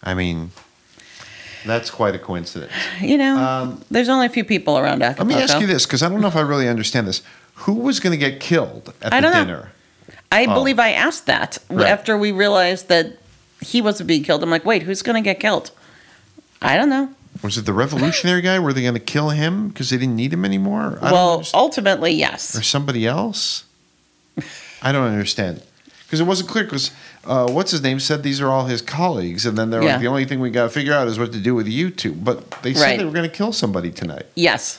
Speaker 1: I mean, that's quite a coincidence.
Speaker 2: You know,
Speaker 1: Um,
Speaker 2: there's only a few people around Acapulco.
Speaker 1: Let me ask you this because I don't know if I really understand this. Who was going to get killed at
Speaker 2: I
Speaker 1: the
Speaker 2: don't know.
Speaker 1: dinner?
Speaker 2: I
Speaker 1: Oh.
Speaker 2: believe I asked that w-
Speaker 1: Right.
Speaker 2: after we realized that he wasn't being killed. I'm like, wait, who's gonna get killed? I don't know.
Speaker 1: Was it the revolutionary guy? Were they going to kill him because they didn't need him anymore? I
Speaker 2: well,
Speaker 1: don't understand.
Speaker 2: ultimately,
Speaker 1: or
Speaker 2: yes.
Speaker 1: somebody else? I don't understand because it wasn't clear. Because uh, what's his name said these are all his colleagues, and then they're
Speaker 2: Yeah.
Speaker 1: like, the only thing we got to figure out is what to do with you two. But they said
Speaker 2: Right.
Speaker 1: they were going to kill somebody tonight.
Speaker 2: Yes.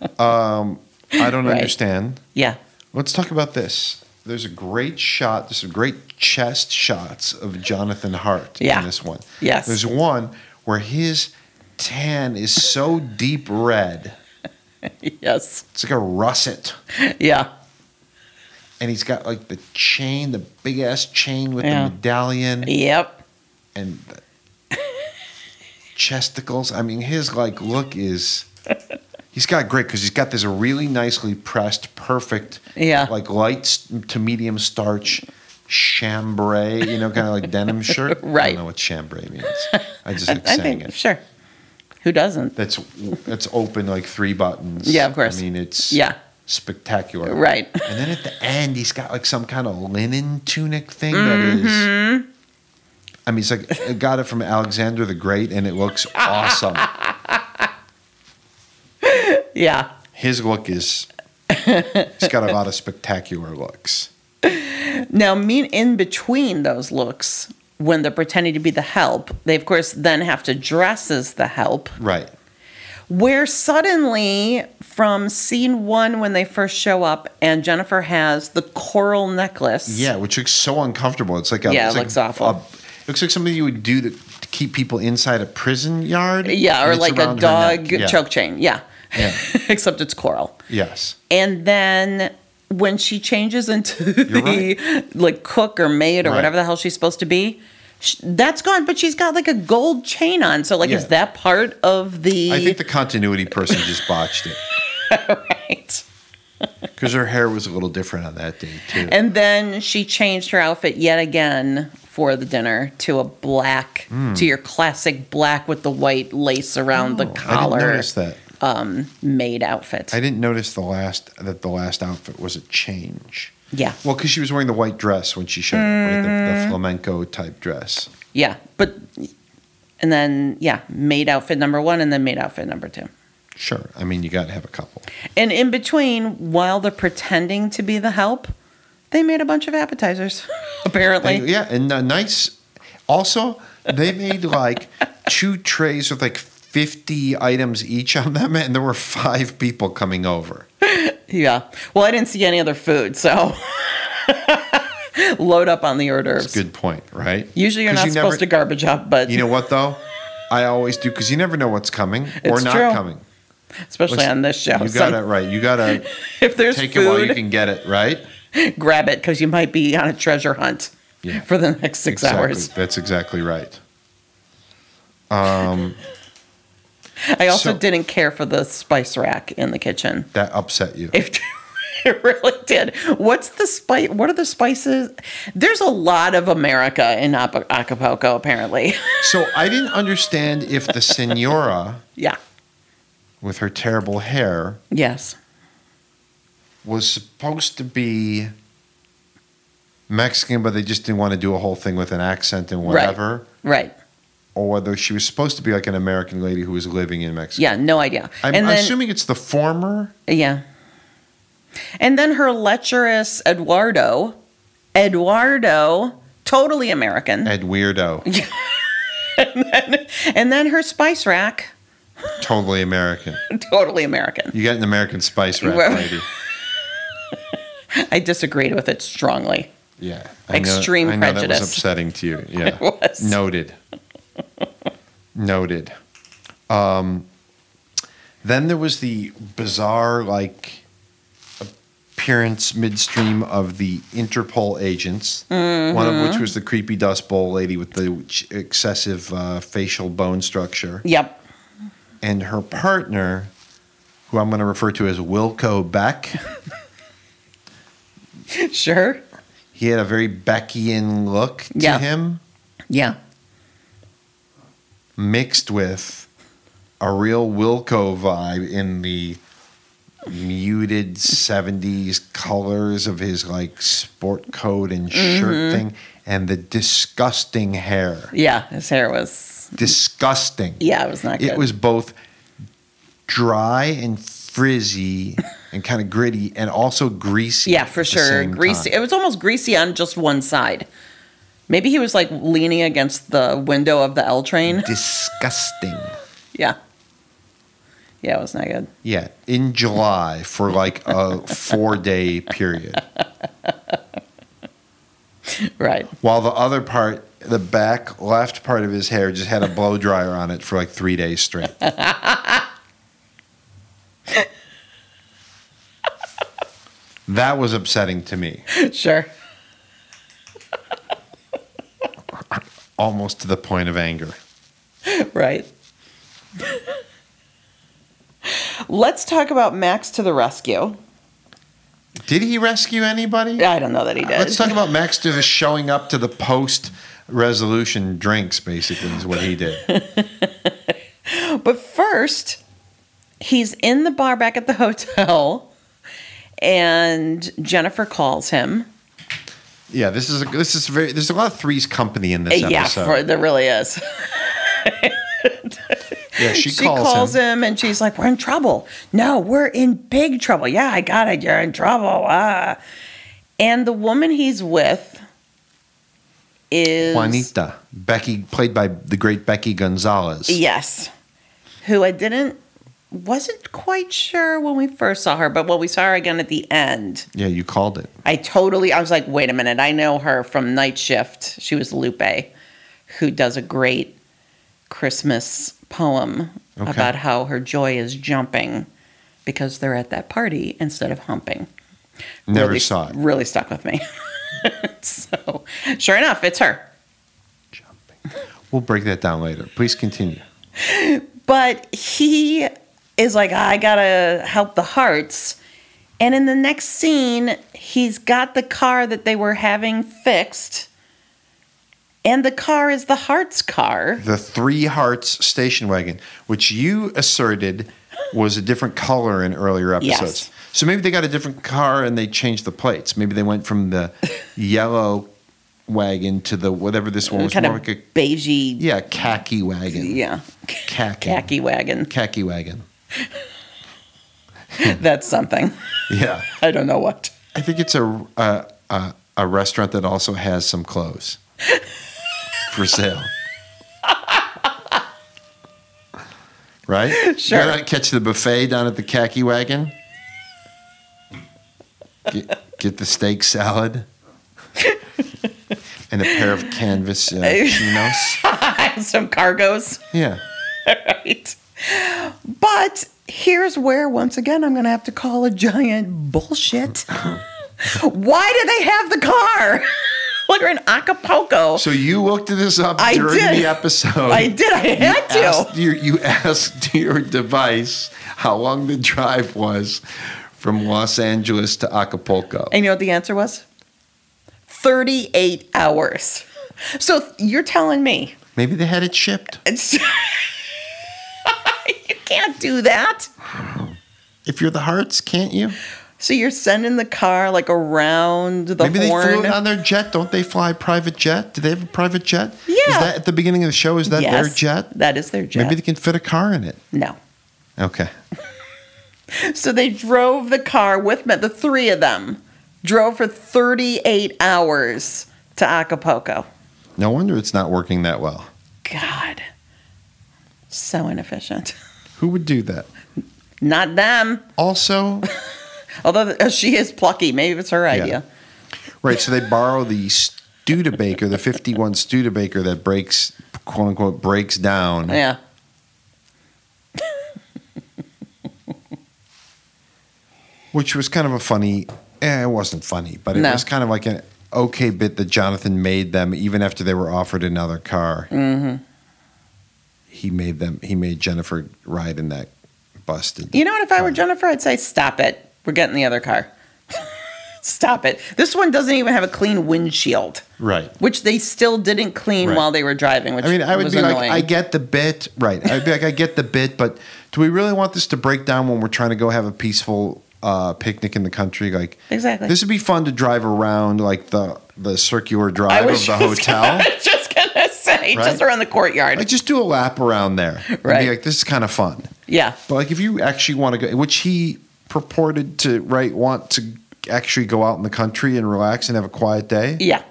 Speaker 1: I don't
Speaker 2: Right.
Speaker 1: understand.
Speaker 2: Yeah.
Speaker 1: Let's talk about this. There's a great shot. There's some great chest shots of Jonathan Hart
Speaker 2: Yeah.
Speaker 1: in this one.
Speaker 2: Yes.
Speaker 1: There's one where his tan is so deep red.
Speaker 2: Yes.
Speaker 1: It's like a russet.
Speaker 2: Yeah.
Speaker 1: And he's got like the chain, the big ass chain with
Speaker 2: Yeah.
Speaker 1: the medallion
Speaker 2: Yep.
Speaker 1: and the chesticles. I mean, his like look is. He's got great because he's got this really nicely pressed, perfect,
Speaker 2: Yeah.
Speaker 1: like light s- to medium starch chambray, you know, kind of like denim shirt. I
Speaker 2: Right.
Speaker 1: don't know what chambray means. I just
Speaker 2: I,
Speaker 1: like
Speaker 2: I
Speaker 1: saying
Speaker 2: think
Speaker 1: it.
Speaker 2: sure. Who doesn't?
Speaker 1: That's that's open like three buttons.
Speaker 2: Yeah, of course.
Speaker 1: I mean, it's
Speaker 2: Yeah.
Speaker 1: spectacular.
Speaker 2: Right.
Speaker 1: And then at the end, he's got like some kind of linen tunic thing that is.
Speaker 2: Mm-hmm.
Speaker 1: I mean, it's like I got it from Alexander the Great, and it looks awesome.
Speaker 2: Yeah.
Speaker 1: His look is. He's got a lot of spectacular looks.
Speaker 2: Now, mean in between those looks, when they're pretending to be the help, they of course then have to dress as the help.
Speaker 1: Right.
Speaker 2: Where suddenly, from scene one when they first show up, and Jennifer has the coral necklace.
Speaker 1: Yeah, which looks so uncomfortable. It's like a.
Speaker 2: Yeah,
Speaker 1: it's
Speaker 2: it
Speaker 1: like
Speaker 2: looks awful.
Speaker 1: a- it looks like something you would do to, to keep people inside a prison yard.
Speaker 2: Yeah,
Speaker 1: and
Speaker 2: or
Speaker 1: it's
Speaker 2: like a
Speaker 1: around her neck.
Speaker 2: dog
Speaker 1: Yeah.
Speaker 2: choke chain. Yeah.
Speaker 1: Yeah.
Speaker 2: Except it's coral.
Speaker 1: Yes.
Speaker 2: And then when she changes into the like cook or maid or
Speaker 1: Right.
Speaker 2: whatever the hell she's supposed to be, sh that's gone. But she's got like a gold chain on. So like,
Speaker 1: Yeah.
Speaker 2: is that part of the?
Speaker 1: I think the continuity person just botched it
Speaker 2: right.
Speaker 1: because her hair was a little different on that day too.
Speaker 2: And then she changed her outfit yet again for the dinner to a black, to your classic black with the white lace around the
Speaker 1: Hmm. Oh, I didn't
Speaker 2: collar
Speaker 1: notice that.
Speaker 2: maid outfit.
Speaker 1: I didn't notice the last that the last outfit was a change.
Speaker 2: yeah,
Speaker 1: Well, because she was wearing the white dress when she showed up, right?
Speaker 2: Mm.
Speaker 1: The, the flamenco type dress.
Speaker 2: yeah, but and then yeah, maid outfit number one, and then maid outfit number two.
Speaker 1: Sure. I mean, you got to have a couple.
Speaker 2: And in between, while they're pretending to be the help, they made a bunch of appetizers. apparently,
Speaker 1: They- yeah, and a nice. Also, they made like two trays with like 50 items each on them, and there were five people coming over.
Speaker 2: Yeah. Well, I didn't see any other food, so load up on the hors d'oeuvres.
Speaker 1: Good point, right?
Speaker 2: Usually you're
Speaker 1: 'Cause
Speaker 2: not
Speaker 1: you
Speaker 2: supposed
Speaker 1: never-
Speaker 2: to garbage up, but
Speaker 1: You know what though? I always do because you never know what's coming or
Speaker 2: It's
Speaker 1: not
Speaker 2: true.
Speaker 1: coming.
Speaker 2: especially on this show.
Speaker 1: You
Speaker 2: Some-
Speaker 1: gotta right. You gotta
Speaker 2: if there's
Speaker 1: take it while you
Speaker 2: food,
Speaker 1: can get it. Right.
Speaker 2: grab it because you might be on a treasure hunt
Speaker 1: Yeah.
Speaker 2: for the next six
Speaker 1: exactly.
Speaker 2: hours.
Speaker 1: That's exactly right.
Speaker 2: I also
Speaker 1: So-
Speaker 2: didn't care for the spice rack in the kitchen.
Speaker 1: That upset you.
Speaker 2: It, it really did. What's the spice? What are the spices? There's a lot of America in Apo- Acapulco, apparently.
Speaker 1: So I didn't understand if the senora
Speaker 2: yeah.
Speaker 1: with her terrible hair
Speaker 2: Yes.
Speaker 1: was supposed to be Mexican, but they just didn't want to do a whole thing with an accent and
Speaker 2: Right.
Speaker 1: whatever,
Speaker 2: Right.
Speaker 1: or whether she was supposed to be like an American lady who was living in Mexico.
Speaker 2: Yeah. No idea.
Speaker 1: I'm
Speaker 2: and then,
Speaker 1: assuming it's the former.
Speaker 2: Yeah. And then her lecherous Eduardo, Eduardo, totally American.
Speaker 1: Ed Weirdo.
Speaker 2: And then her spice rack,
Speaker 1: totally American.
Speaker 2: totally American.
Speaker 1: You got an American spice rack,
Speaker 2: Well-
Speaker 1: lady.
Speaker 2: I disagreed with it strongly.
Speaker 1: Yeah.
Speaker 2: Extreme
Speaker 1: I know, I know that was
Speaker 2: prejudice.
Speaker 1: upsetting to you. Yeah.
Speaker 2: It was.
Speaker 1: Noted. Noted. Um, then there was the bizarre, like, appearance midstream of the Interpol agents, one of
Speaker 2: Mm-hmm.
Speaker 1: which was the creepy dust bowl lady with the ch- excessive uh, facial bone structure.
Speaker 2: Yep.
Speaker 1: and her partner, who I'm going to refer to as Wilco Beck.
Speaker 2: Sure.
Speaker 1: He had a very Beckian look to
Speaker 2: Yeah.
Speaker 1: him,
Speaker 2: Yeah.
Speaker 1: mixed with a real Wilco vibe in the muted 70s colors of his like sport coat and shirt
Speaker 2: Mm-hmm.
Speaker 1: thing and the disgusting hair.
Speaker 2: Yeah. His hair was,
Speaker 1: Disgusting.
Speaker 2: yeah, it was not good.
Speaker 1: It was both dry and frizzy and kind of gritty and also greasy.
Speaker 2: yeah, for
Speaker 1: at the
Speaker 2: sure.
Speaker 1: same
Speaker 2: Greasy. It
Speaker 1: time.
Speaker 2: was almost greasy on just one side. Maybe he was like leaning against the window of the L train.
Speaker 1: Disgusting.
Speaker 2: Yeah. Yeah, it was not good.
Speaker 1: Yeah, in July for like a four day period.
Speaker 2: Right.
Speaker 1: While the other part, the back left part of his hair just had a blow dryer on it for like three days straight. that was upsetting to me,
Speaker 2: Sure.
Speaker 1: almost to the point of anger.
Speaker 2: Right. Let's talk about Max to the rescue.
Speaker 1: Did he rescue anybody?
Speaker 2: I don't know that he did.
Speaker 1: Let's talk about Max just showing up to the post resolution drinks, basically, is what he did.
Speaker 2: But first, he's in the bar back at the hotel, and Jennifer calls him.
Speaker 1: Yeah, this is a, this is very there's a lot of threes company in this
Speaker 2: yeah,
Speaker 1: episode.
Speaker 2: for, there really is.
Speaker 1: yeah, she,
Speaker 2: She
Speaker 1: calls,
Speaker 2: calls,
Speaker 1: him.
Speaker 2: him. and she's like, "We're in trouble. No, we're in big trouble. Yeah, I got it. You're in trouble." Ah. And the woman he's with is
Speaker 1: Juanita Becky, played by the great Becky Gonzalez.
Speaker 2: Yes. Who I didn't wasn't quite sure when we first saw her, but when we saw her again at the end,
Speaker 1: Yeah, you called it.
Speaker 2: I totally I was like, wait a minute, I know her from Night Shift. She was Lupe, who does a great Christmas poem
Speaker 1: Okay.
Speaker 2: about how her joy is jumping because they're at that party instead of humping.
Speaker 1: Never
Speaker 2: Really-
Speaker 1: saw it.
Speaker 2: Really stuck with me. so sure enough, it's her.
Speaker 1: Jumping. We'll break that down later. Please continue.
Speaker 2: but he is like i gotta help the hearts and in the next scene he's got the car that they were having fixed and the car is the hearts car
Speaker 1: The Three Hearts station wagon, which you asserted was a different color in earlier episodes.
Speaker 2: Yes.
Speaker 1: So maybe they got a different car and they changed the plates. Maybe they went from the yellow wagon to the whatever this one was
Speaker 2: kind
Speaker 1: more
Speaker 2: of
Speaker 1: like a
Speaker 2: beigey
Speaker 1: yeah, khaki wagon.
Speaker 2: yeah
Speaker 1: Khaki.
Speaker 2: khaki wagon
Speaker 1: Khaki wagon.
Speaker 2: that's something
Speaker 1: Yeah.
Speaker 2: i don't know what
Speaker 1: I think it's a a, a, a restaurant that also has some clothes for sale. right?
Speaker 2: Sure.
Speaker 1: Why not catch the buffet down at the khaki wagon? Get, get the steak salad and a pair of canvas uh, chinos.
Speaker 2: Some cargoes,
Speaker 1: Yeah.
Speaker 2: right? But here's where, once again, I'm going to have to call a giant bullshit. Why do they have the car? like we're in Acapulco.
Speaker 1: So you looked this up
Speaker 2: I
Speaker 1: during
Speaker 2: did.
Speaker 1: the episode.
Speaker 2: I did. I had to.
Speaker 1: asked your, you asked your device how long the drive was from Los Angeles to Acapulco.
Speaker 2: And you know what the answer was? 38 hours. So th- you're telling me
Speaker 1: Maybe they had it shipped.
Speaker 2: it's, you can't do that.
Speaker 1: If you're the Hearts, can't you?
Speaker 2: So you're sending the car like around the
Speaker 1: Maybe they flew
Speaker 2: horn.
Speaker 1: it on their jet. Don't they fly private jet? Do they have a private jet? Is
Speaker 2: Yeah.
Speaker 1: that at the beginning of the show? Is that
Speaker 2: Yes,
Speaker 1: their jet?
Speaker 2: That is their jet.
Speaker 1: Maybe they can fit a car in it.
Speaker 2: no.
Speaker 1: Okay.
Speaker 2: So they drove the car with me, the three of them drove for 38 hours to Acapulco.
Speaker 1: No wonder it's not working that well.
Speaker 2: God. So inefficient.
Speaker 1: Who would do that?
Speaker 2: Not them.
Speaker 1: Also,
Speaker 2: Although uh, she is plucky. Maybe it's her
Speaker 1: Yeah.
Speaker 2: idea.
Speaker 1: Right. So they borrow the Studebaker, the 51 Studebaker that breaks, quote unquote, breaks down.
Speaker 2: Yeah.
Speaker 1: Which was kind of a funny, eh, it wasn't funny, but it
Speaker 2: No.
Speaker 1: was kind of like an okay bit that Jonathan made them even after they were offered another car.
Speaker 2: Mm-hmm.
Speaker 1: He made them, he made Jennifer ride in that busted.
Speaker 2: You know what? If I were Jennifer, I'd say, stop it. We're getting the other car. stop it. This one doesn't even have a clean windshield,
Speaker 1: Right.
Speaker 2: which they still didn't clean
Speaker 1: Right.
Speaker 2: while they were driving, which
Speaker 1: I mean, I would
Speaker 2: was
Speaker 1: be
Speaker 2: annoying.
Speaker 1: like, I get the bit, right? I'd be like, I get the bit, but do we really want this to break down when we're trying to go have a peaceful uh, picnic in the country? Like,
Speaker 2: Exactly.
Speaker 1: this would be fun to drive around, like the the circular
Speaker 2: I
Speaker 1: drive
Speaker 2: was
Speaker 1: of the
Speaker 2: just
Speaker 1: hotel.
Speaker 2: Gonna, I was just gonna say, just
Speaker 1: Right?
Speaker 2: around the courtyard.
Speaker 1: Like, just do a lap around there. And
Speaker 2: Right.
Speaker 1: Be like, this is kind of fun.
Speaker 2: yeah,
Speaker 1: But like, if you actually want to go, which he purported to, right, want to actually go out in the country and relax and have a quiet day.
Speaker 2: yeah,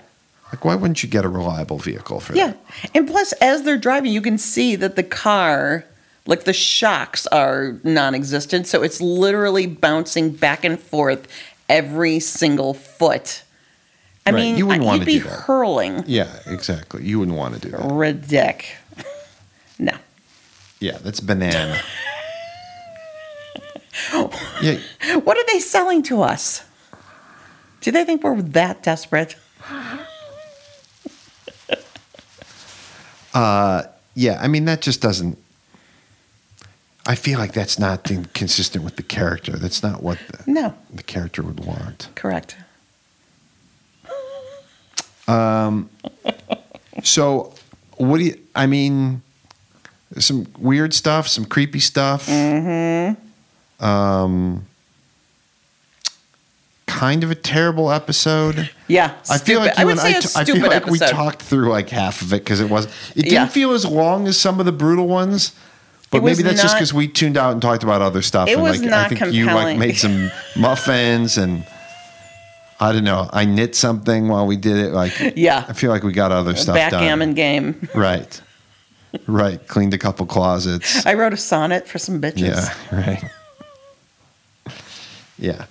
Speaker 1: Like, why wouldn't you get a reliable vehicle for
Speaker 2: yeah.
Speaker 1: that?
Speaker 2: And plus, as they're driving, you can see that the car, like the shocks, are non-existent. So it's literally bouncing back and forth every single foot. I
Speaker 1: Right,
Speaker 2: mean,
Speaker 1: you wouldn't
Speaker 2: I-
Speaker 1: wanna
Speaker 2: you'd be
Speaker 1: do that.
Speaker 2: hurling.
Speaker 1: Yeah, exactly. You wouldn't want to do that.
Speaker 2: Ridic. No.
Speaker 1: Yeah, that's banana. yeah,
Speaker 2: What are they selling to us? Do they think we're that desperate?
Speaker 1: yeah. I mean, that just doesn't. I feel like that's not in- consistent with the character. That's not what the,
Speaker 2: No.
Speaker 1: the character would want.
Speaker 2: Correct.
Speaker 1: So, what do you? I mean, some weird stuff, some creepy stuff. Mm-hmm. Um,
Speaker 2: Mm-hmm.
Speaker 1: kind of a terrible episode.
Speaker 2: Yeah.
Speaker 1: I feel like
Speaker 2: stupid.
Speaker 1: you
Speaker 2: I would
Speaker 1: and
Speaker 2: say
Speaker 1: I
Speaker 2: a
Speaker 1: t- I
Speaker 2: stupid
Speaker 1: feel like
Speaker 2: episode.
Speaker 1: we talked through like half of it because it was it didn't
Speaker 2: Yeah.
Speaker 1: feel as long as some of the brutal ones, but
Speaker 2: It was
Speaker 1: maybe that's just
Speaker 2: not-
Speaker 1: because we tuned out and talked about other stuff.
Speaker 2: It
Speaker 1: and
Speaker 2: was
Speaker 1: like, I
Speaker 2: not
Speaker 1: think you like
Speaker 2: compelling.
Speaker 1: made some muffins and I don't know. I knit something while we did it. Like I
Speaker 2: yeah.
Speaker 1: feel like we got other stuff
Speaker 2: Backgammon game.
Speaker 1: done. Right, right. Cleaned a couple closets.
Speaker 2: I wrote a sonnet for some bitches.
Speaker 1: Yeah, right. Yeah.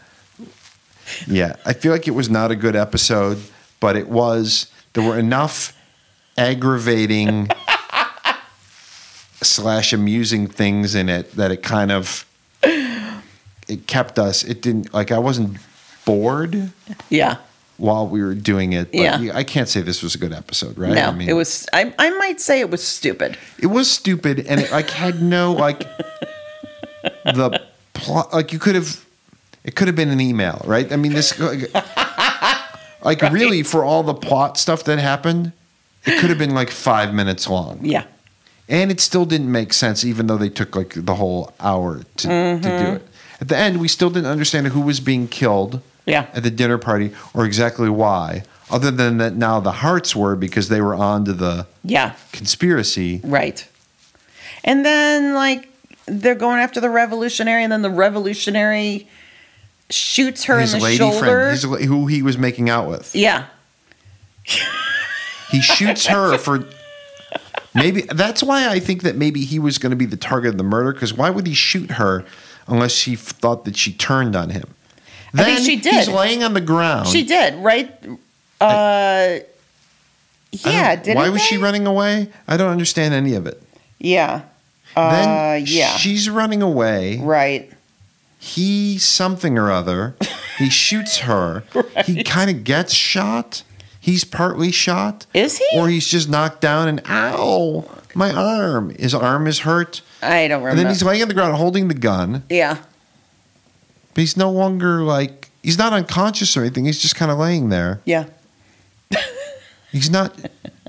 Speaker 1: Yeah. I feel like it was not a good episode, but it was, there were enough aggravating slash amusing things in it that it kind of, it kept us, it didn't, like, I wasn't bored
Speaker 2: Yeah.
Speaker 1: while we were doing it. But
Speaker 2: Yeah.
Speaker 1: I can't say this was a good episode, right?
Speaker 2: No,
Speaker 1: I mean,
Speaker 2: it was. I, I might say it was stupid.
Speaker 1: it was stupid and it like had no like the plot like you could have it could have been an email right i mean this like, like, really for all the plot stuff that happened it could have been like five minutes long
Speaker 2: Yeah.
Speaker 1: and it still didn't make sense even though they took like the whole hour to, to do it at the end we still didn't understand who was being killed
Speaker 2: Yeah.
Speaker 1: at the dinner party or exactly why other than that now the hearts were because they were on to the
Speaker 2: Yeah.
Speaker 1: conspiracy
Speaker 2: Right. And then like they're going after the revolutionary, and then the revolutionary shoots her in the shoulder.
Speaker 1: his, la- who he was making out with.
Speaker 2: yeah.
Speaker 1: He shoots her for maybe that's why I think that maybe he was going to be the target of the murder. Because why would he shoot her unless she f- thought that she turned on him?
Speaker 2: I think she did.
Speaker 1: He's laying on the ground.
Speaker 2: She did, right? Uh,
Speaker 1: I don't-
Speaker 2: yeah. Didn't
Speaker 1: why was
Speaker 2: they?
Speaker 1: she running away? I don't understand any of it.
Speaker 2: Yeah. Uh,
Speaker 1: then
Speaker 2: yeah.
Speaker 1: she's running away.
Speaker 2: right.
Speaker 1: He something or other. He shoots her. He kind of gets shot. He's partly shot.
Speaker 2: Is he?
Speaker 1: Or he's just knocked down and ow, my arm. His arm is hurt.
Speaker 2: I don't
Speaker 1: And
Speaker 2: remember.
Speaker 1: then he's laying on the ground holding the gun,
Speaker 2: yeah.
Speaker 1: but he's no longer like he's not unconscious or anything. He's just kind of laying there.
Speaker 2: Yeah.
Speaker 1: He's not.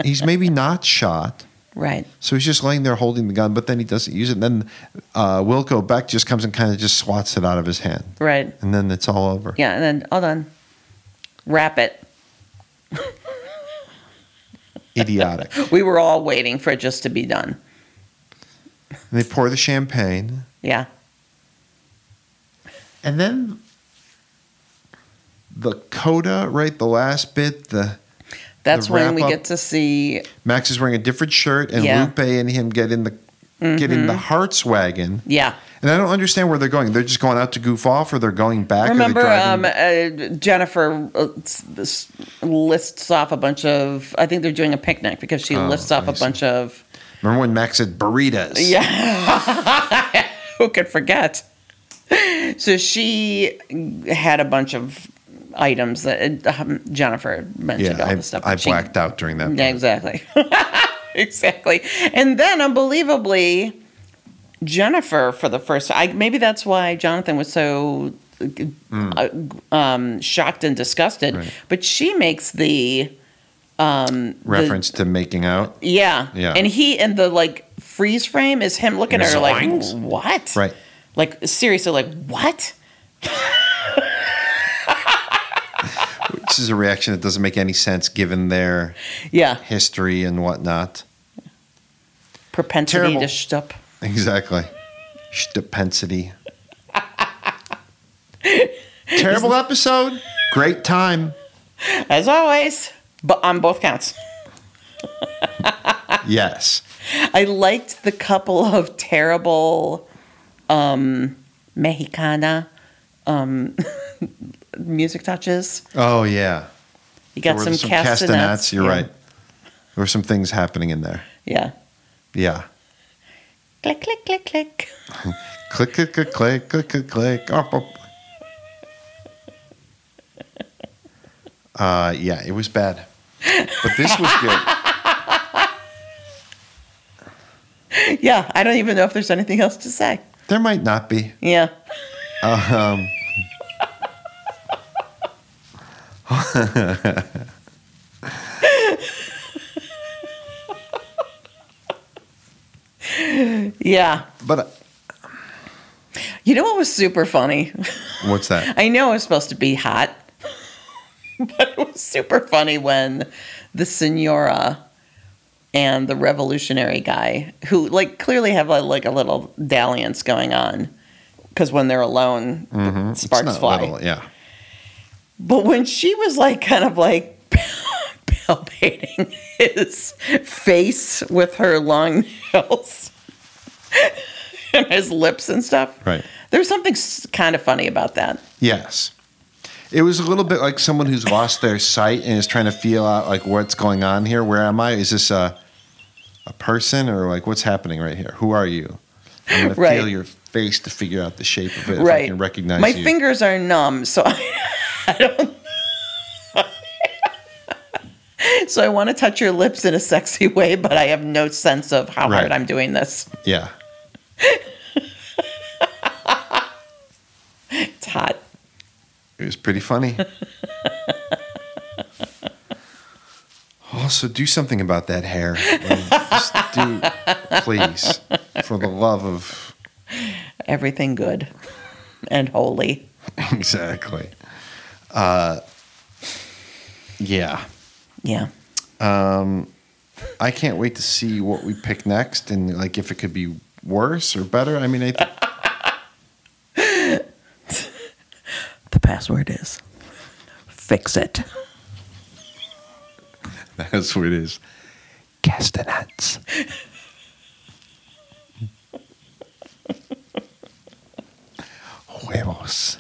Speaker 1: He's maybe not shot,
Speaker 2: Right.
Speaker 1: so he's just laying there holding the gun. But then he doesn't use it. And then uh, Wilco Beck just comes and kind of just swats it out of his hand,
Speaker 2: Right.
Speaker 1: and then it's all over.
Speaker 2: Yeah. And then all done. Wrap it.
Speaker 1: Idiotic.
Speaker 2: We were all waiting for it just to be done.
Speaker 1: And they pour the champagne,
Speaker 2: Yeah.
Speaker 1: and then the coda, right? The last bit, the
Speaker 2: That's
Speaker 1: The
Speaker 2: when we
Speaker 1: wrap-up.
Speaker 2: get to see.
Speaker 1: Max is wearing a different shirt, and
Speaker 2: Yeah. Mm-hmm.
Speaker 1: Lupe and him get in the get in the Hearts wagon.
Speaker 2: Yeah.
Speaker 1: And I don't understand where they're going. They're just going out to goof off, or they're going back.
Speaker 2: Remember,
Speaker 1: or they're
Speaker 2: um,
Speaker 1: driving-
Speaker 2: uh, Jennifer uh, s- s- lists off a bunch of. I think they're doing a picnic because she
Speaker 1: Oh,
Speaker 2: lists off
Speaker 1: I
Speaker 2: a
Speaker 1: see.
Speaker 2: bunch of.
Speaker 1: remember when Max said burritos?
Speaker 2: Yeah. Who could forget? So she had a bunch of items that um, Jennifer mentioned
Speaker 1: yeah.
Speaker 2: all
Speaker 1: I,
Speaker 2: this stuff.
Speaker 1: I
Speaker 2: and she-
Speaker 1: blacked out during that.
Speaker 2: Yeah,
Speaker 1: part.
Speaker 2: exactly. exactly. And then unbelievably, Jennifer for the first I maybe that's why Jonathan was so uh, um, shocked and disgusted,
Speaker 1: Mm. Right.
Speaker 2: but she makes the um the-
Speaker 1: Reference to making out.
Speaker 2: yeah.
Speaker 1: Yeah.
Speaker 2: And he and the like freeze frame is him looking at her like
Speaker 1: Zoinks.
Speaker 2: what?
Speaker 1: Right.
Speaker 2: Like seriously, like what?
Speaker 1: Which is a reaction that doesn't make any sense given their
Speaker 2: Yeah.
Speaker 1: history and whatnot.
Speaker 2: Propensity
Speaker 1: Terrible.
Speaker 2: to shtup.
Speaker 1: Exactly. Stupensity. Terrible episode. Great time.
Speaker 2: As always. But on both counts.
Speaker 1: Yes.
Speaker 2: I liked the couple of terrible um Mexicana um music touches.
Speaker 1: Oh yeah.
Speaker 2: You got
Speaker 1: There
Speaker 2: some,
Speaker 1: were
Speaker 2: castanets.
Speaker 1: You're
Speaker 2: yeah.
Speaker 1: right. There were some things happening in there.
Speaker 2: Yeah.
Speaker 1: Yeah.
Speaker 2: Click click click click.
Speaker 1: Click, click, click, click, click, click, click. Oh, Up, up. Uh, yeah, it was bad. But this was good.
Speaker 2: Yeah, I don't even know if there's anything else to say.
Speaker 1: there might not be.
Speaker 2: Yeah.
Speaker 1: Um,
Speaker 2: Yeah.
Speaker 1: but uh,
Speaker 2: You know what was super funny?
Speaker 1: what's that?
Speaker 2: I know it was supposed to be hot, but it was super funny when the Senora and the revolutionary guy, who like clearly have a, like a little dalliance going on, because when they're alone, the
Speaker 1: Mm-hmm. It's
Speaker 2: sparks
Speaker 1: not
Speaker 2: fly.
Speaker 1: little, yeah.
Speaker 2: But when she was like kind of like palpating his face with her long nails and his lips and stuff,
Speaker 1: Right.
Speaker 2: there's something s- kind of funny about that.
Speaker 1: Yes. It was a little bit like someone who's lost their sight and is trying to feel out like what's going on here. Where am I? Is this a a person or like what's happening right here? Who are you? I'm gonna
Speaker 2: Right.
Speaker 1: feel your face to figure out the shape of it. If I can recognize
Speaker 2: my
Speaker 1: you.
Speaker 2: fingers are numb so I, I don't so i want to touch your lips in a sexy way but i have no sense of how
Speaker 1: Right.
Speaker 2: hard i'm doing this
Speaker 1: Yeah.
Speaker 2: it's hot
Speaker 1: It was pretty funny. also, do something about that hair. Like, just do, please, for the love of.
Speaker 2: everything good and holy
Speaker 1: Exactly. Uh, yeah.
Speaker 2: yeah
Speaker 1: I can't wait to see what we pick next and like if it could be worse or better. I mean, I th-
Speaker 2: the password is fix it
Speaker 1: that's what it is. castanets. Huevos.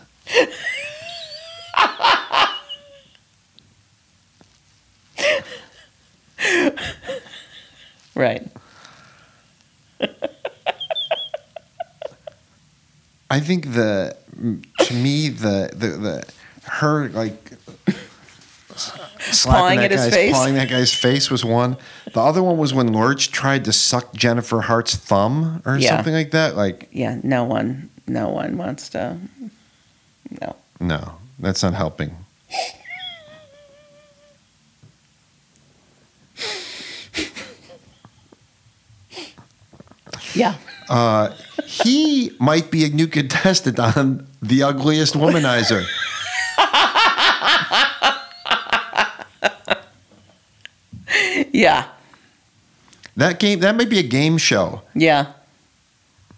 Speaker 2: Right.
Speaker 1: I think the to me the the, the her like slapping
Speaker 2: Pawing
Speaker 1: that
Speaker 2: at his
Speaker 1: guy's
Speaker 2: face.
Speaker 1: pawing that guy's face was one. The other one was when Lurch tried to suck Jennifer Hart's thumb or
Speaker 2: Yeah.
Speaker 1: something like that. Like
Speaker 2: Yeah. No one. No one wants to. No.
Speaker 1: no, that's not helping.
Speaker 2: Yeah.
Speaker 1: He might be a new contestant on The Ugliest Womanizer.
Speaker 2: Yeah.
Speaker 1: That game that might be a game show.
Speaker 2: Yeah.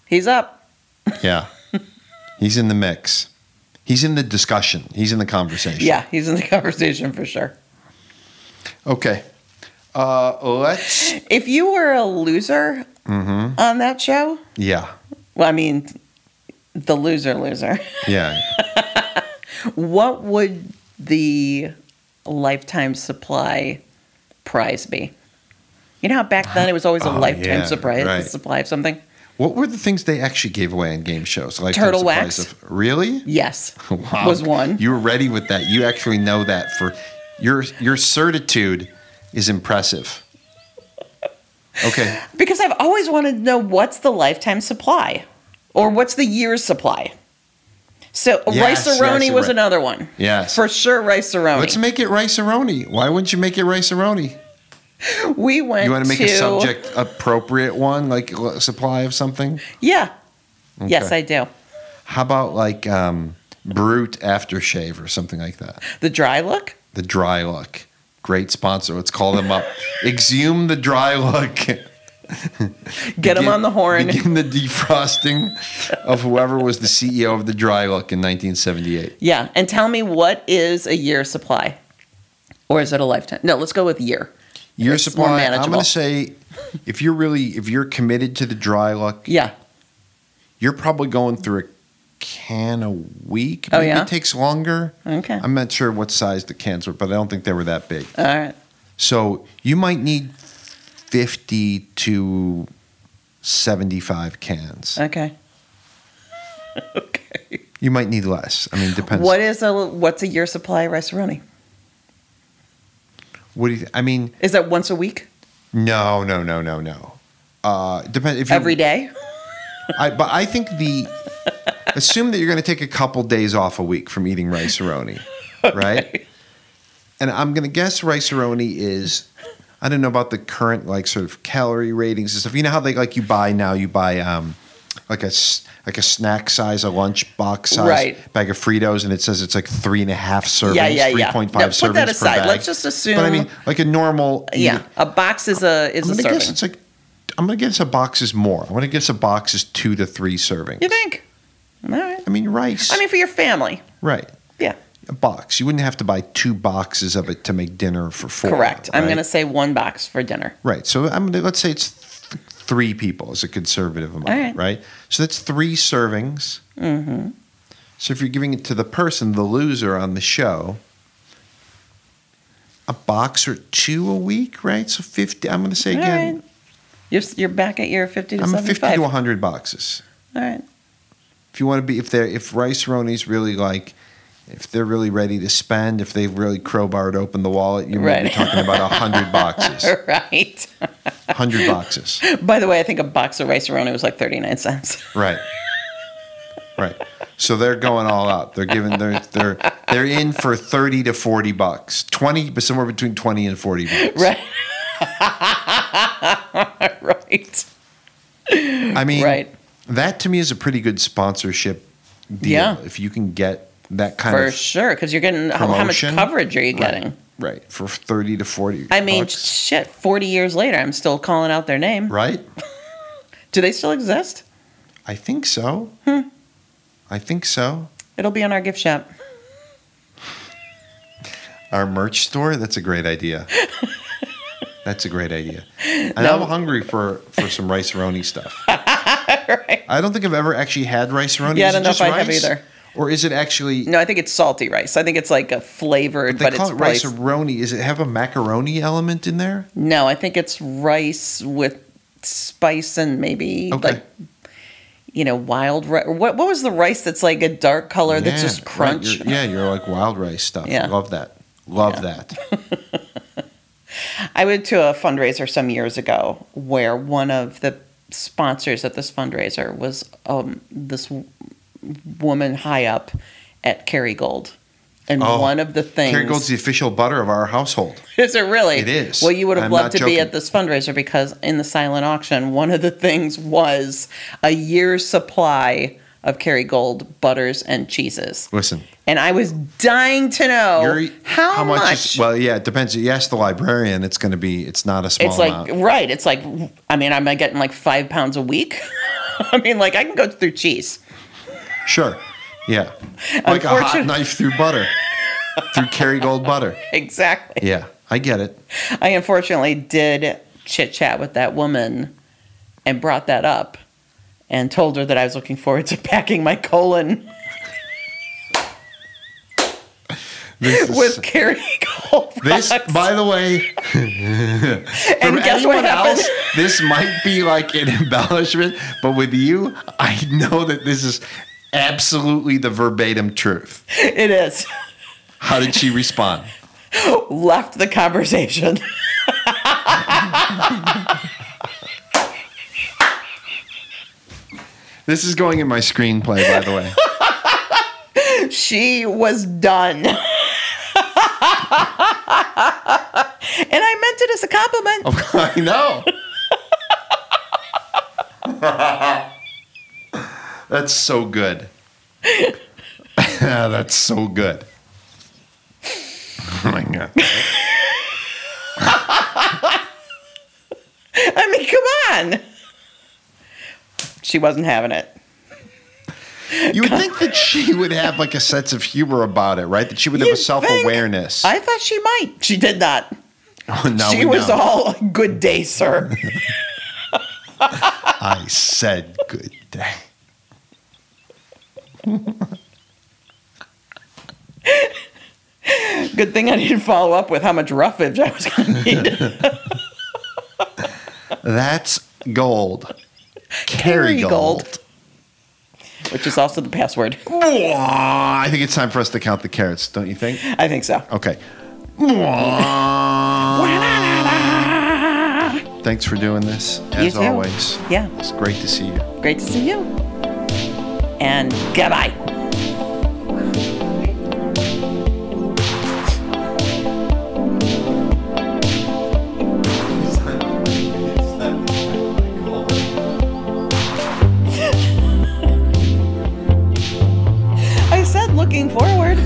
Speaker 2: He's up.
Speaker 1: Yeah. He's in the mix. He's in the discussion. He's in the conversation.
Speaker 2: Yeah. He's in the conversation for sure.
Speaker 1: Okay. Uh, let's.
Speaker 2: If you were a loser
Speaker 1: Mm-hmm.
Speaker 2: on that show,
Speaker 1: Yeah.
Speaker 2: well, I mean, the loser, loser,
Speaker 1: Yeah.
Speaker 2: what would the lifetime supply prize be? You know how back then it was always a
Speaker 1: Oh,
Speaker 2: lifetime
Speaker 1: yeah,
Speaker 2: surprise,
Speaker 1: right.
Speaker 2: supply of something?
Speaker 1: What were the things they actually gave away on game shows? Like
Speaker 2: Turtle
Speaker 1: supplies
Speaker 2: wax.
Speaker 1: Of, really?
Speaker 2: Yes.
Speaker 1: Wow.
Speaker 2: Was one.
Speaker 1: You were ready with that. You actually know that for your your certitude is impressive. Okay.
Speaker 2: Because I've always wanted to know what's the lifetime supply or what's the year's supply. So
Speaker 1: Yes,
Speaker 2: rice roni
Speaker 1: yes,
Speaker 2: was
Speaker 1: right.
Speaker 2: another one.
Speaker 1: Yes.
Speaker 2: For sure rice
Speaker 1: Let's
Speaker 2: roni.
Speaker 1: make it rice-a-roni. Why wouldn't you make it rice-a-roni?
Speaker 2: We went
Speaker 1: You want to make
Speaker 2: to
Speaker 1: a subject appropriate one, like l- supply of something?
Speaker 2: Yeah. Yes, I do.
Speaker 1: How about like um, brute aftershave or something like that?
Speaker 2: The dry look?
Speaker 1: The Dry Look. Great sponsor. Let's call them up. Exhume the Dry Look.
Speaker 2: Get him on the horn.
Speaker 1: Begin the defrosting of whoever was the CEO of the Dry Look in 1978.
Speaker 2: Yeah, and tell me what is a year supply? Or is it a lifetime? No, let's go with year.
Speaker 1: Your
Speaker 2: It's more
Speaker 1: supply. I'm going
Speaker 2: manageable.
Speaker 1: to say, if you're really if you're committed to the Dry Look,
Speaker 2: Yeah.
Speaker 1: you're probably going through a can a week.
Speaker 2: Oh,
Speaker 1: Maybe
Speaker 2: yeah? Oh,
Speaker 1: it takes longer.
Speaker 2: Okay.
Speaker 1: I'm not sure what size the cans were, but I don't think they were that big.
Speaker 2: All right.
Speaker 1: So you might need 50 to 75 cans.
Speaker 2: Okay. okay.
Speaker 1: You might need less. I mean, depends.
Speaker 2: What is a what's a year supply of rice roni?
Speaker 1: What do you? I mean,
Speaker 2: Is that once a week?
Speaker 1: no, no, no, no, no. Uh, depend if you,
Speaker 2: Every day?
Speaker 1: I, but I think the assume that you're going to take a couple days off a week from eating rice roni, right? And I'm going to guess rice roni is. I don't know about the current like sort of calorie ratings and stuff. You know how they like you buy now you buy um like a s- like a snack size, a lunch box size
Speaker 2: Right.
Speaker 1: bag of Fritos, and it says it's like three and a half servings,
Speaker 2: Yeah, yeah,
Speaker 1: three
Speaker 2: yeah.
Speaker 1: point
Speaker 2: No,
Speaker 1: five servings
Speaker 2: put that
Speaker 1: per
Speaker 2: aside.
Speaker 1: bag.
Speaker 2: Let's just assume-
Speaker 1: But I mean, like a normal
Speaker 2: Yeah. A box is a is
Speaker 1: I'm
Speaker 2: a
Speaker 1: gonna
Speaker 2: serving.
Speaker 1: guess it's like I'm gonna guess a box is more. I'm gonna guess a box is two to three servings.
Speaker 2: you think? All right.
Speaker 1: I mean rice.
Speaker 2: I mean for your family.
Speaker 1: right.
Speaker 2: Yeah.
Speaker 1: A box. You wouldn't have to buy two boxes of it to make dinner for four.
Speaker 2: Correct. I'm
Speaker 1: right?
Speaker 2: going to say one box for dinner.
Speaker 1: Right. So I'm gonna let's say it's th- three people is a conservative amount,
Speaker 2: All right.
Speaker 1: right. So that's three servings. Mm-hmm. So if you're giving it to the person, the loser on the show, a box or two a week, right? So fifty. I'm gonna say
Speaker 2: All
Speaker 1: again.
Speaker 2: right. You're, s- you're back at your 50 to
Speaker 1: I'm a
Speaker 2: 75.
Speaker 1: fifty to hundred boxes.
Speaker 2: All right.
Speaker 1: if you want to be if they're if rice roni's really like if they're really ready to spend if they've really crowbarred open the wallet you might be
Speaker 2: Right.
Speaker 1: talking about 100 boxes
Speaker 2: All right.
Speaker 1: 100 boxes
Speaker 2: By the way, I think a box of rice roni was like 39 cents.
Speaker 1: right right so they're going all out they're giving they're they're they're in for 30 to 40 bucks 20 but somewhere between 20 and 40 bucks
Speaker 2: Right. right.
Speaker 1: i mean
Speaker 2: Right.
Speaker 1: that to me is a pretty good sponsorship deal
Speaker 2: Yeah.
Speaker 1: if you can get that kind
Speaker 2: For
Speaker 1: of
Speaker 2: sure. Because you're getting, how, how much
Speaker 1: Promotion?
Speaker 2: coverage are you getting?
Speaker 1: right for 30 to 40
Speaker 2: I mean,
Speaker 1: bucks,
Speaker 2: shit, 40 years later, I'm still calling out their name.
Speaker 1: right
Speaker 2: Do they still exist?
Speaker 1: I think so.
Speaker 2: Hmm.
Speaker 1: I think so.
Speaker 2: It'll be on our gift shop.
Speaker 1: Our merch store, that's a great idea. That's a great idea. And I'm hungry for for some rice roni stuff.
Speaker 2: right.
Speaker 1: I don't think I've ever actually had rice roni.
Speaker 2: Yeah, I
Speaker 1: Is it
Speaker 2: don't know
Speaker 1: just
Speaker 2: if I have
Speaker 1: rice?
Speaker 2: either.
Speaker 1: Or is it actually?
Speaker 2: No, I think it's salty rice. I think it's like a flavored,
Speaker 1: they
Speaker 2: but
Speaker 1: call
Speaker 2: it's
Speaker 1: it rice
Speaker 2: rice.
Speaker 1: roni. Is it have a macaroni element in there?
Speaker 2: No, I think it's rice with spice and maybe
Speaker 1: Okay.
Speaker 2: like you know wild rice. What what was the rice that's like a dark color that's just
Speaker 1: right,
Speaker 2: crunch?
Speaker 1: you're- yeah, you're like wild rice stuff.
Speaker 2: Yeah.
Speaker 1: Love that. Love that.
Speaker 2: I went to a fundraiser some years ago where one of the sponsors at this fundraiser was um, this w- woman high up at Kerrygold. And
Speaker 1: Oh,
Speaker 2: one of the things
Speaker 1: Kerrygold's the official butter of our household.
Speaker 2: Is it really?
Speaker 1: It is.
Speaker 2: Well, you would have
Speaker 1: I'm
Speaker 2: loved to
Speaker 1: not
Speaker 2: be
Speaker 1: joking.
Speaker 2: at this fundraiser because in the silent auction, one of the things was a year's supply of Kerrygold butters and cheeses.
Speaker 1: Listen,
Speaker 2: And I was dying to know
Speaker 1: you're-
Speaker 2: Oh, how, much.
Speaker 1: is- well, yeah, it depends. You ask the librarian, it's going to be. It's not a small
Speaker 2: it's like,
Speaker 1: amount.
Speaker 2: right. It's like, I mean, am I getting like five pounds a week? I mean, like, I can go through cheese.
Speaker 1: Sure. Yeah. Like a hot
Speaker 2: Unfortunate-
Speaker 1: knife through butter, through Kerrygold butter.
Speaker 2: Exactly.
Speaker 1: Yeah, I get it.
Speaker 2: I unfortunately did chit chat with that woman and brought that up and told her that I was looking forward to packing my colon.
Speaker 1: This is-
Speaker 2: with Carrie Gold.
Speaker 1: this, by the way,
Speaker 2: and
Speaker 1: from
Speaker 2: guess what
Speaker 1: anyone
Speaker 2: happened?
Speaker 1: else, this might be like an embellishment, but with you, I know that this is absolutely the verbatim truth.
Speaker 2: It is
Speaker 1: How did she respond?
Speaker 2: left the conversation.
Speaker 1: This is going in my screenplay, by the way.
Speaker 2: She was done. and I meant it as a compliment.
Speaker 1: Oh. I know. That's so good. That's so good. Oh my god.
Speaker 2: I mean, come on. She wasn't having it.
Speaker 1: You would think that she would have like a sense of humor about it, right? That she would have
Speaker 2: You
Speaker 1: a self awareness.
Speaker 2: I thought she might. She did not.
Speaker 1: now
Speaker 2: she
Speaker 1: Oh, we
Speaker 2: was
Speaker 1: know.
Speaker 2: all good day, sir.
Speaker 1: I said good day.
Speaker 2: good thing I didn't follow up with how much roughage I was going to need.
Speaker 1: That's gold. Carry
Speaker 2: Kerrygold.
Speaker 1: gold.
Speaker 2: Which is also the password.
Speaker 1: I think it's time for us to count the carrots, don't you think?
Speaker 2: I think so.
Speaker 1: Okay. Thanks for doing this, as
Speaker 2: too.
Speaker 1: always.
Speaker 2: Yeah.
Speaker 1: It's great to see you.
Speaker 2: Great to see you. And goodbye. I said looking forward.